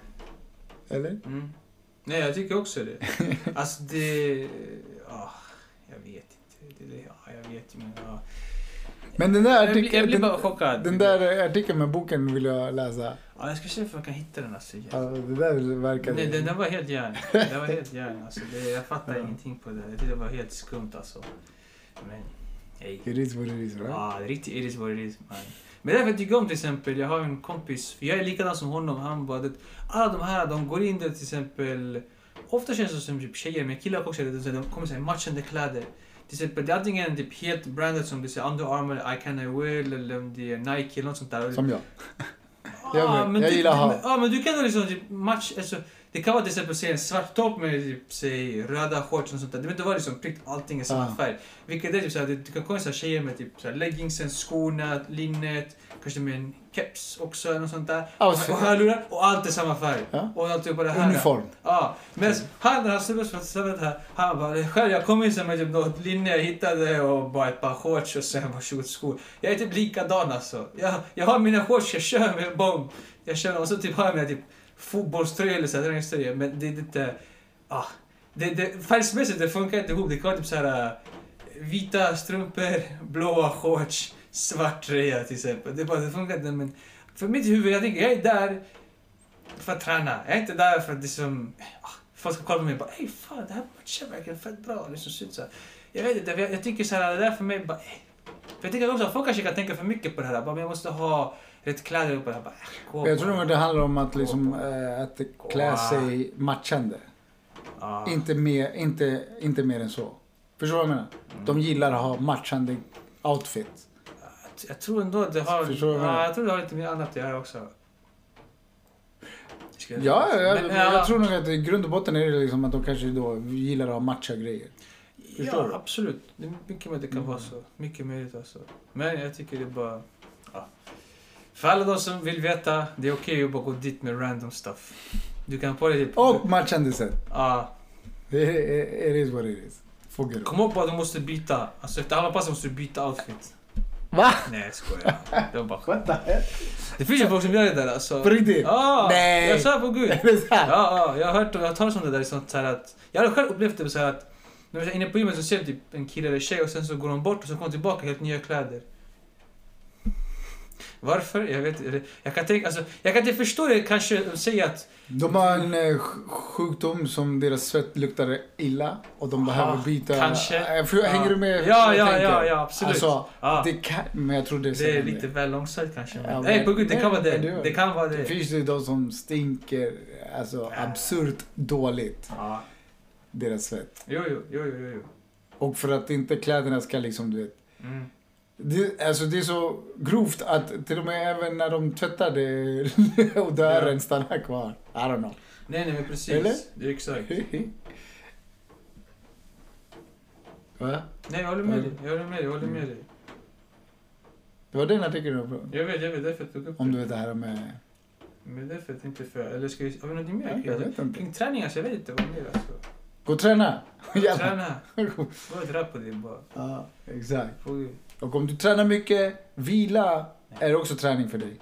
B: Eller?
A: Mm. Nej, jag tycker också det. Alltså det... ah, jag vet inte. Det, det, ah, jag vet ju, men... ah.
B: Men den där
A: Jag, blir- jag
B: artikeln,
A: blir bara
B: den,
A: chockad.
B: den där eh, artikeln med boken vill jag läsa.
A: Ja, jag ska se om jag kan hitta den alltså.
B: Ja, det där verkar...
A: Nej, den, den var helt järn. Den var helt järn alltså. Det, jag fattar
B: Ja.
A: ingenting på det. Jag tyckte det var helt skumt alltså. Men, hej.
B: It is what it is,
A: Ja,
B: right?
A: ah, riktigt it is what it is man. Men därför tycker jag om till exempel, jag har en kompis, för jag är likadan som honom, han bara det, alla de här, de går in där till exempel, ofta känns det som typ tjejer, men killar också, det, de kommer säga matchande kläder. Till exempel, det är antingen typ helt brandat som det säger Under Armour, I Can I Will, eller om det är Nike eller något sånt där.
B: Som jag. Jag
A: Ja,
B: med.
A: men
B: Jag
A: du,
B: gillar
A: du-
B: ha.
A: Ja, men du kan väl liksom typ match... Alltså, det kan vara till exempel säg en svart topp med typ, säg röda shorts och sånt där. Det behöver inte vara liksom prick allting i samma
B: Ja.
A: färg. Vilket är typ såhär, det, det kan komma såhär tjejer med typ såhär leggingsen, skorna, linnet, kanske med en keps också eller något sånt där.
B: Outfit.
A: Och hörlurar och allt i samma färg.
B: Ja.
A: Och alltihopa det här.
B: Uniform.
A: Ja, men han den här snubben som satt här, han bara själv jag kom in sen med typ något linne jag hittade och bara ett par shorts och sen varsågod skor. Jag är typ likadan alltså. Jag, jag har mina shorts, jag kör med bomb. Jag kör och så typ har jag mina typ fotbollströjor eller så här träningströjor men det är lite, ah. Det, det, färgsmässigt det funkar inte ihop. Det kan vara typ så här eh, vita strumpor, blåa shorts, svart tröja till exempel. Det, är bara, det funkar inte men för mitt huvud, jag tänker jag är där för att träna. Jag är inte där för att liksom, ah, folk ska kolla på mig och bara ey fan det här matchar verkligen fett bra. Liksom, så, så här. Jag vet inte, jag, jag tycker så här, det där för mig bara ey. För jag tänker också att folk kanske kan tänka för mycket på det här. Bara, men jag måste ha rätt kläder och bara, bara äh, gå
B: Jag tror
A: bara.
B: nog det handlar om att, liksom, eh, att klä sig matchande.
A: Ah,
B: Inte, mer, inte, inte mer än så. Förstår du vad jag menar?
A: Mm.
B: De gillar att ha matchande outfit.
A: jag- Jag tror ändå att det har,
B: Förstår du vad jag menar?
A: ah, jag tror det har lite mer annat att göra också. Ska
B: Ja,
A: jag-
B: ja, jag,
A: Mm. Men,
B: jag tror nog att i grund och botten är det liksom att de kanske då gillar att ha matcha grejer. Förstår
A: Ja,
B: du? Mm.
A: absolut. Det är mycket möjligt det kan vara så. Mycket möjligt alltså. Men jag tycker det är bara... Ja. För alla de som vill veta, det är okej att bara gå dit med random stuff. Du kan på dig typ...
B: Och matchande sätt.
A: Ja.
B: Det är- It is what it is. Forget it.
A: kom ihåg bara att du måste byta. Alltså efter alla pass måste du byta outfit.
B: Va?
A: Nej, jag skojar. Det var bara skämt.
B: What the heck?
A: Det finns ju folk som gör det där alltså.
B: På riktigt?
A: Ja!
B: Nej.
A: Jag svär på gud.
B: Är det
A: Ja,
B: sant?
A: ja, jag har hört och jag har talat om det där. Liksom, så här att, jag har själv upplevt det så här att när jag är inne på gymmet så ser jag typ en kille eller tjej och sen så går de bort och så kommer de tillbaka i helt nya kläder. Varför? Jag vet inte. Jag kan, tänka, alltså, jag kan inte förstå det kanske. De säger att
B: De har en eh, sj- sjukdom som deras svett luktar illa och de
A: Ah,
B: behöver byta...
A: kanske.
B: Eh, för- Hänger
A: Ja.
B: du med?
A: Ja,
B: vad jag
A: ja,
B: tänker?
A: ja, ja, absolut.
B: Alltså,
A: Ja.
B: det kan... Men jag tror det är
A: Ah. det är
B: sällan
A: lite väl långsökt kanske.
B: Ja,
A: Nej,
B: men-
A: på gud, det kan vara det.
B: Nej, du-
A: Det kan vara
B: Det
A: det.
B: finns ju de som stinker alltså
A: Ah.
B: absurt dåligt,
A: Ja.
B: deras svett.
A: Ah, Jo, jo, jo, jo, jo.
B: Och för att inte kläderna ska liksom, du vet.
A: Mm.
B: Det, alltså det är så grovt att till och med även när de tvättar det odören
A: Ja.
B: stannar kvar. I don't know.
A: Nej, nej, men precis.
B: Eller?
A: Det är exakt.
B: Va?
A: Nej, jag håller med dig. Jag håller med dig. Jag håller med dig.
B: Det var den artikeln du pratade om.
A: Jag vet, jag vet. Därför jag tog upp
B: Om
A: det.
B: du vet det här med...
A: Men därför jag tänkte för... Eller ska vi... Har vi någonting
B: Nej,
A: mer?
B: jag vet inte.
A: Kring träning, alltså. Jag vet inte vad mer alltså.
B: Gå och träna! Jävlar.
A: Träna. Gå och dra på det bara.
B: ja, exakt.
A: Får-
B: Och om du tränar mycket, vila är också träning för dig.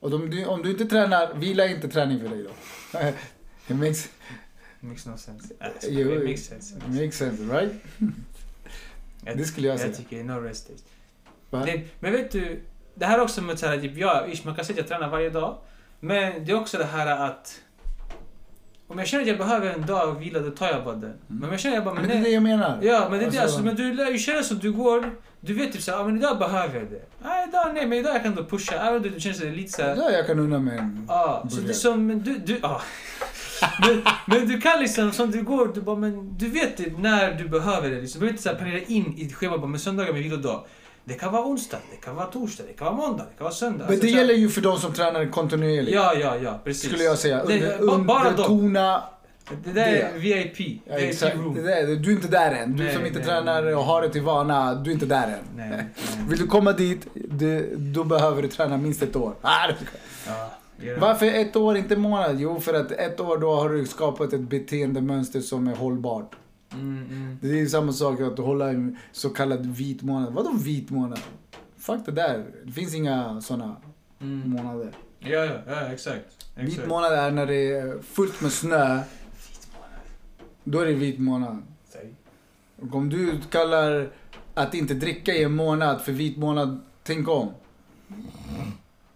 B: Och om du, om du inte tränar, vila är inte träning för dig då. It makes,
A: Makes no sense. Alltså,
B: Jo,
A: det
B: jo.
A: makes sense.
B: it makes sense, right?
A: Jag-
B: Det skulle jag
A: Jag
B: säga.
A: tycker no rest days.
B: Va?
A: Det, men vet du, det här också med såhär, typ, ja, ish, man kan säga att jag tränar varje dag. Men det är också det här att... Om jag känner att jag behöver en dag av vila, då tar jag bara den. Men om jag känner att jag bara,
B: Mm. Men
A: men
B: det
A: nej.
B: är det jag menar.
A: Ja, men det är det
B: Alltså-
A: alltså. Men du lär ju känna så att du går. Du vet typ såhär, ah, men idag behöver jag det. Nej, idag nej, men idag jag kan då pusha. Även om du känner sig lite såhär...
B: Ja, jag kan unna mig en...
A: Ja, så
B: Börjar.
A: det som, men du, du, ja. men, men du kan liksom, som du går, du bara, men du vet det när du behöver det. Liksom. Du behöver inte så här planera in i ditt schema, bara, men söndagar med vilodag. Det kan vara onsdag, det kan vara torsdag, det kan vara måndag, det kan vara söndag.
B: Men
A: Alltså,
B: det
A: så här-
B: gäller ju för de som tränar kontinuerligt.
A: Ja, ja, ja, precis.
B: Skulle jag säga.
A: Det,
B: Under,
A: ba- bara dem.
B: undertona...
A: Det där är
B: det.
A: VIP.
B: Ja,
A: VIP
B: exakt.
A: room.
B: Det där- Du är inte där än. Du
A: Nej,
B: som inte
A: nej,
B: tränar
A: nej.
B: och har det till vana, du är inte där än.
A: Nej, nej.
B: Vill du komma dit, du, då behöver du träna minst ett år. Ah, det-
A: Ja, gör det.
B: Varför ett år, inte en månad? Jo, för att ett år då har du skapat ett beteendemönster som är hållbart.
A: Mm, mm.
B: Det är samma sak att hålla en så kallad vit månad. Vadå vit månad? Fuck det där. Det finns inga såna
A: Mm.
B: månader.
A: Ja, ja, ja, exakt.
B: Vit
A: exakt.
B: månad är när det är fullt med snö. Då är det vit månad.
A: Säg.
B: Och om du kallar att inte dricka i en månad för vit månad, tänk om.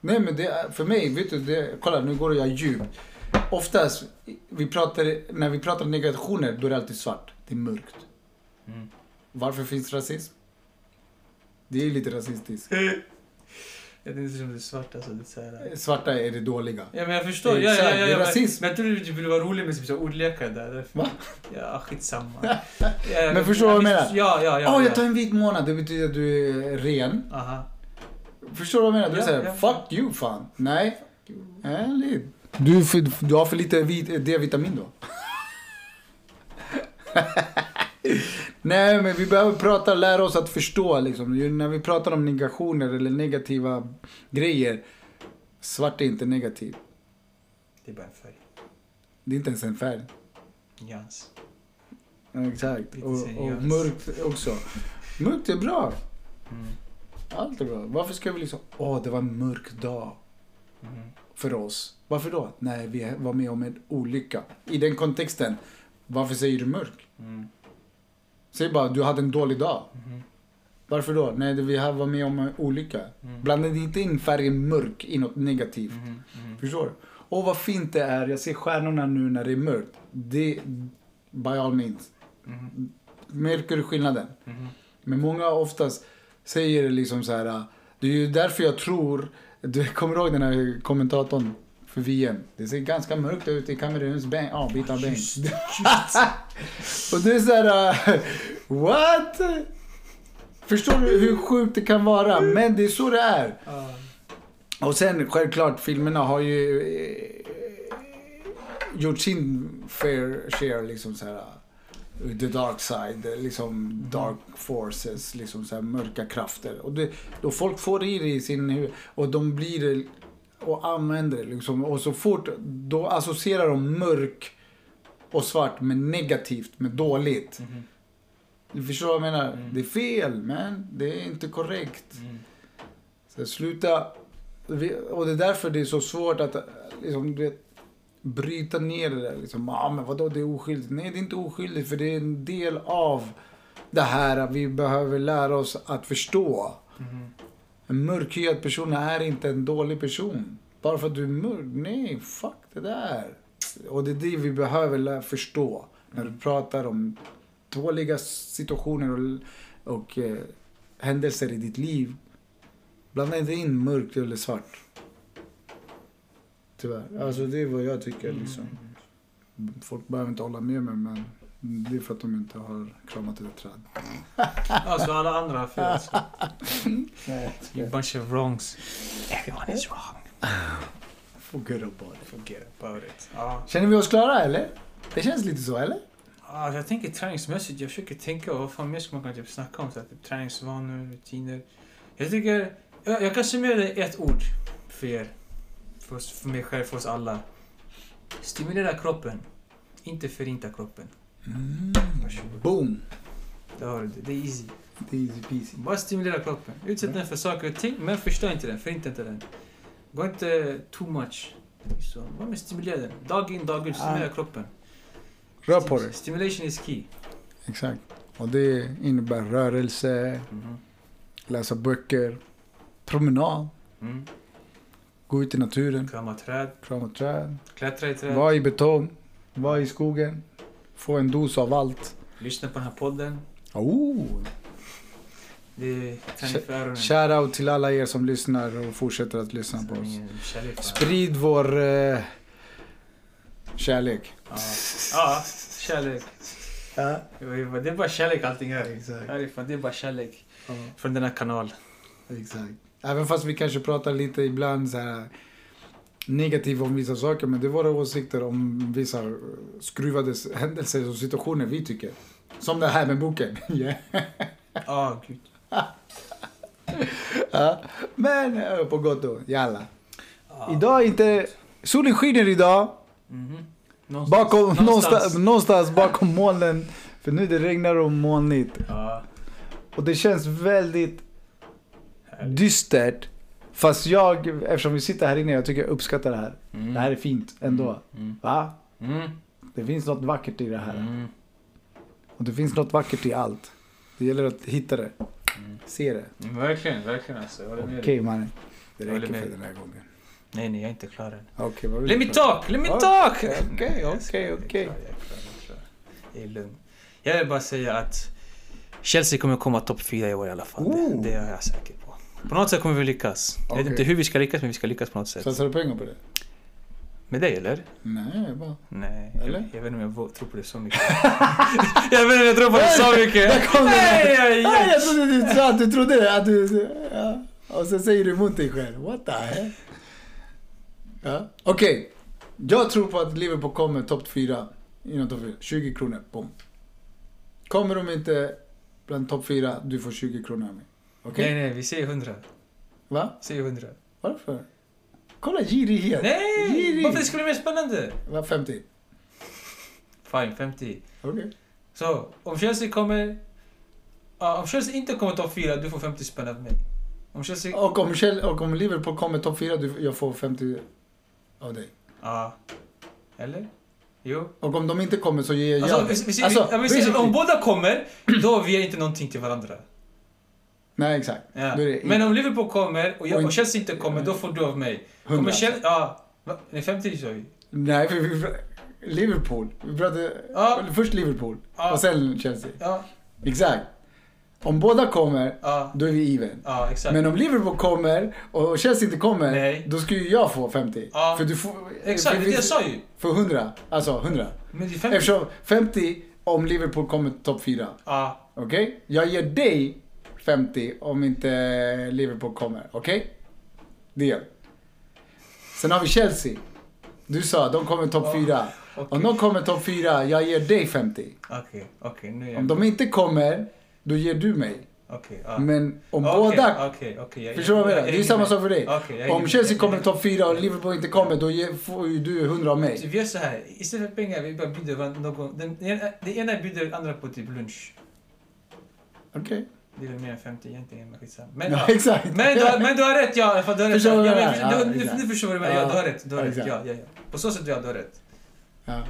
B: Nej men det, är- för mig, vet du, det, kolla nu går jag djupt. Oftast vi pratar, när vi pratar negationer, då är det alltid svart. Det är mörkt.
A: Mm.
B: Varför finns rasism? Det är ju lite rasistiskt.
A: Jag tänkte som det svarta, så det är så här.
B: Svarta är det dåliga.
A: Ja men jag förstår, ja, ja,
B: Exakt,
A: ja,
B: det
A: ja,
B: är
A: men-
B: rasism.
A: Men jag trodde du ville vara rolig med typ så här ordlekar där. därför-
B: Va?
A: Ja, skitsamma. Ja, jag-
B: Men förstår du vad jag menar?
A: Ja, ja, ja.
B: Åh,
A: ja.
B: jag tar en vit månad, det betyder att du är ren.
A: Aha.
B: Förstår du vad jag menar? Du
A: Ja,
B: säger
A: ja.
B: fuck you fan. Nej. Ärligt. Du, är för, du har för lite vit, D-vitamin då. Nej men vi behöver prata, lära oss att förstå liksom. Ju- När vi pratar om negationer eller negativa grejer. Svart är inte negativt.
A: Det är bara en färg.
B: Det är inte ens en färg.
A: Nyans.
B: Ja, Exakt.
A: Lite
B: Och, och
A: seriöst.
B: mörkt också. Mörkt är bra.
A: Mm.
B: Allt är bra. Varför ska vi liksom, åh det var en mörk dag.
A: Mm.
B: för oss. Varför då? Nej, vi var med om en olycka. I den kontexten, varför säger du mörk?
A: Mm.
B: Säg bara, du hade en dålig dag.
A: Mhm.
B: Varför då? Nej, det- vi här var med om en olycka.
A: Mm.
B: Blanda inte in färgen mörk i något negativt.
A: Mhm. Mhm.
B: Förstår du? Åh, vad fint det är. Jag ser stjärnorna nu när det är mörkt. Det, by all means.
A: Mhm.
B: Märker du skillnaden?
A: Mhm.
B: Men många oftast säger liksom så här. Det är ju därför jag tror. Du kommer ihåg den här kommentatorn för VM. Det ser ganska mörkt ut i Kameruns bänk. Ja, vita bänk.
A: just,
B: Och det är så här. äh, What? Förstår du hur sjukt det kan vara? Men det är så det är.
A: Ja.
B: Och sen självklart, filmerna har ju eh, gjort sin fair share liksom så här. eh, The dark side, eh, liksom dark forces, liksom så här mörka krafter. Och det, då folk får i det i sin huvud och de blir eh, och använder det liksom. Och så fort, då associerar de mörk och svart med negativt, med dåligt. Du förstår vad jag menar?
A: Mhm. Mm.
B: Det är fel, man. Det är inte korrekt.
A: Mm.
B: Så sluta... vi- Och det är därför det är så svårt att eh, liksom, du vet, bryta ner det där. Liksom, ah, men vadå, det är oskyldigt. Nej, det är inte oskyldigt för det är en del av det här att vi behöver lära oss att förstå.
A: Mhm.
B: En mörkhyad person är inte en dålig person. Bara för att du är mörk. Nej, fuck det där. Och det är det vi behöver lära förstå. När du pratar om dåliga situationer och, och eh, händelser i ditt liv. Blanda inte in mörkt eller svart. Tyvärr. Alltså det är vad jag tycker liksom. Folk behöver inte hålla med mig men det är för att de inte har kramat ett träd.
A: Alltså alla andra har fel alltså.
B: Nej.
A: You bunch of wrongs. Everyone is wrong.
B: Forget about it.
A: Forget about it. Ja.
B: Känner vi oss klara eller? Det känns lite så eller?
A: Ah, jag tänker träningsmässigt. Jag försöker tänka vad fan mer ska man kunna typ snacka om? Så här, typ, träningsvanor, rutiner. Jag tycker... Jag, jag kan summera det i ett ord för er. För, oss, för mig själv, för oss alla. Stimulera kroppen. Inte förinta kroppen. Varsågod.
B: Boom!
A: Där har du det. Det är easy.
B: Det är easy peasy.
A: Bara stimulera kroppen. Utsätt den för saker och ting, men förstör inte den. Förinta inte den. Gå inte too much. Så, bara med stimulera den. Dag in, dag ut. Stimulera kroppen.
B: Rör på dig.
A: Stimulation is key.
B: Exakt. Och det innebär rörelse,
A: Mhm.
B: läsa böcker, promenad,
A: Mm.
B: gå ut i naturen,
A: Krama träd.
B: krama träd,
A: Klättra i träd.
B: vara i betong, vara i skogen, få en dos av allt.
A: Lyssna på den här podden.
B: Oh.
A: Det är träning för öronen.
B: Shoutout till alla er som lyssnar och fortsätter att lyssna på oss.
A: Sanningen, kärlek.
B: Sprid vår eh, kärlek.
A: Ja. ja, kärlek. Det är bara kärlek allting här.
B: Exakt.
A: Härifrån, det är bara kärlek.
B: Ja.
A: Från denna kanal.
B: Exakt. Även fast vi kanske pratar lite ibland så här negativt om vissa saker, men det är våra åsikter om vissa eh, skruvade s- händelser och situationer vi tycker. Som det här med boken. Yeah.
A: Ja, gud.
B: Ja. Men eh, på gott och jalla.
A: Ja.
B: Idag är inte... Solen skiner idag.
A: Mhm. Någonstans.
B: Bakom, någonstans. Någonstans, bakom molnen. För nu det regnar och molnigt.
A: Ja,
B: Och det känns väldigt
A: härligt.
B: dystert. Fast jag, eftersom vi sitter här inne, jag tycker jag uppskattar det här.
A: Mm.
B: Det här är fint ändå.
A: Mm.
B: Va?
A: Mm.
B: Det finns något vackert i det här.
A: Mm.
B: Och det finns något vackert i allt. Det gäller att hitta det. Se det.
A: Mm, Verkligen, verkligen alltså. Jag håller med
B: Okej
A: dig.
B: mannen. Det
A: Jag håller
B: räcker
A: med
B: för
A: dig.
B: den här gången.
A: Nej, nej, jag är inte klar än.
B: Okej, vad vill
A: Let
B: du
A: me
B: prata
A: talk! Let me
B: Okej,
A: talk!
B: okej,
A: Jag är klar, jag är
B: okej.
A: klar, jag är klar, jag är klar. Det är lugnt. Jag vill bara säga att Chelsea kommer komma topp fyra i år i alla fall.
B: Ooh.
A: Det, det är jag säker på. På något sätt kommer vi lyckas. Jag vet
B: Oh. Okej.
A: inte hur vi ska lyckas, men vi ska lyckas på något
B: om?
A: sätt.
B: Satsar du pengar på det?
A: Med dig eller?
B: Nej, bara...
A: Nej.
B: Eller?
A: Jag, jag vet inte om jag vå- tror på det så mycket. jag vet inte om jag tror på det så mycket.
B: Där kom den!
A: Hej, hej,
B: Nej,
A: hej.
B: jag trodde du sa att du trodde det. Att du, ja. Och sen säger du emot dig själv. What the hell? Ja. Okej. Jag tror på att Liverpool kommer topp fyra. Inom topp fyra. 20 kronor. Boom. Kommer de inte bland topp fyra, du får 20 kronor av mig. Okej?
A: Nej, nej, vi säger hundra.
B: Va?
A: Säger hundra.
B: Varför? Kolla girighet.
A: Nej!
B: Girig.
A: Varför skulle det bli mer spännande?
B: Va, 50?
A: Fine, 50.
B: Okej.
A: Så, om Chelsea kommer... Ja, om Chelsea inte kommer topp fyra, du får 50 spänn av mig. Om Chelsea... Ja.
B: Och, om Chel- och om Liverpool kommer topp 4, du, jag får 50 av dig.
A: Eller? Jo.
B: Och om de inte kommer så ger jag...
A: Alltså, vi, vi, vi, ja, vi,
B: basically-
A: om båda kommer, då vi ger inte någonting till varandra.
B: Nej, exakt.
A: Ja.
B: Då är det
A: Men om Liverpool kommer och,
B: Och
A: jag,
B: in-
A: och Chelsea inte kommer, då får du av mig.
B: 100.
A: Kommer Chelsea... Ja. Va? Nej, 50 sa vi.
B: Nej, för vi... Liverpool. Vi pratade...
A: Ja.
B: Först Liverpool
A: Ja.
B: och sen Chelsea.
A: Ja.
B: Exakt. Om båda kommer,
A: Ja.
B: då är vi even.
A: Ja, exakt.
B: Men om Liverpool kommer och Chelsea inte kommer,
A: Nej.
B: då ska ju jag få 50.
A: Ja.
B: För du får...
A: exakt,
B: för
A: det är
B: vi-
A: det jag sa ju.
B: För 100. Alltså 100.
A: Men det är 50.
B: Eftersom 50 om Liverpool kommer topp 4.
A: Ja.
B: Okej? Jag ger dig 50 om inte Liverpool kommer. Okej? Deal. Sen har vi Chelsea. Du sa de kommer topp 4. Om de kommer topp 4, jag ger dig 50.
A: Okej, okej. nu är
B: Om
A: jag...
B: de inte kommer, då ger du mig.
A: Okej, ja.
B: Men om
A: Okej,
B: båda...
A: okej, okej, jag-
B: Förstår du vad jag
A: jag- jag
B: menar? Det är
A: hänger
B: samma
A: med.
B: sak för dig.
A: Okej, jag hänger
B: Om
A: med.
B: Chelsea
A: Jag-
B: kommer
A: jag-
B: topp 4 och Liverpool inte kommer, då ger, får ju du 100 av mig.
A: Vi gör så här, istället för pengar, vi bara bjuder varandra någon. Den, den ena bjuder den andra på typ lunch.
B: Okej.
A: Det är väl mer än 50 egentligen, men skitsamma. Men,
B: Ja,
A: ja.
B: exakt.
A: men, du har, men du har rätt, ja. För du har rätt.
B: Förstår
A: ja,
B: du vad jag
A: men,
B: menar? Ja,
A: du, nu,
B: exakt.
A: nu förstår du vad jag menar. Ja, du har rätt. Du har
B: Ja,
A: rätt.
B: exakt.
A: Ja, ja, ja. På så sätt, ja, du har rätt.
B: Ja.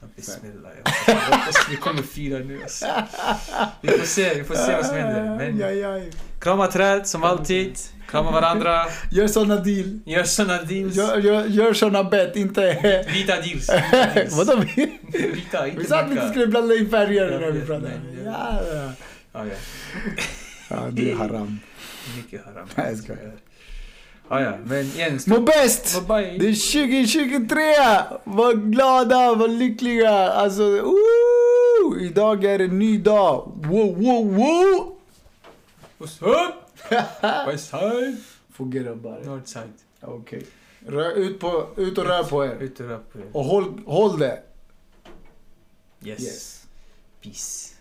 A: Ja, Bismillah. Jag hoppas vi kommer fira nu alltså. Vi får se, vi får se vad som händer. Men
B: Ah, Aj, aj.
A: krama träd som alltid. Krama varandra.
B: Gör såna deal.
A: Gör såna deals.
B: Gör, gör, gör såna bet, inte...
A: Vita deals. Vita deals.
B: Vadå?
A: Vita, inte
B: Vi sa att vi inte
A: mörka.
B: skulle blanda in färger när
A: Jag
B: vi
A: vet,
B: pratade.
A: nej, jag
B: Ja, ja.
A: Ja, ja.
B: ja, det är haram.
A: Mycket haram.
B: Nej, jag skojar.
A: Ja, ja. Men igen,
B: Må bäst!
A: stort bye.
B: Det är 2023! Var glada, var lyckliga! Alltså, woo! Idag är en ny dag! Wow, wow, wow!
A: Puss upp! West side,
B: Får grabbar.
A: north side.
B: Okej. Rör Ut, på, ut och rör på er.
A: Ut och rör på er.
B: Och håll, håll det!
A: Yes.
B: Yes.
A: Peace.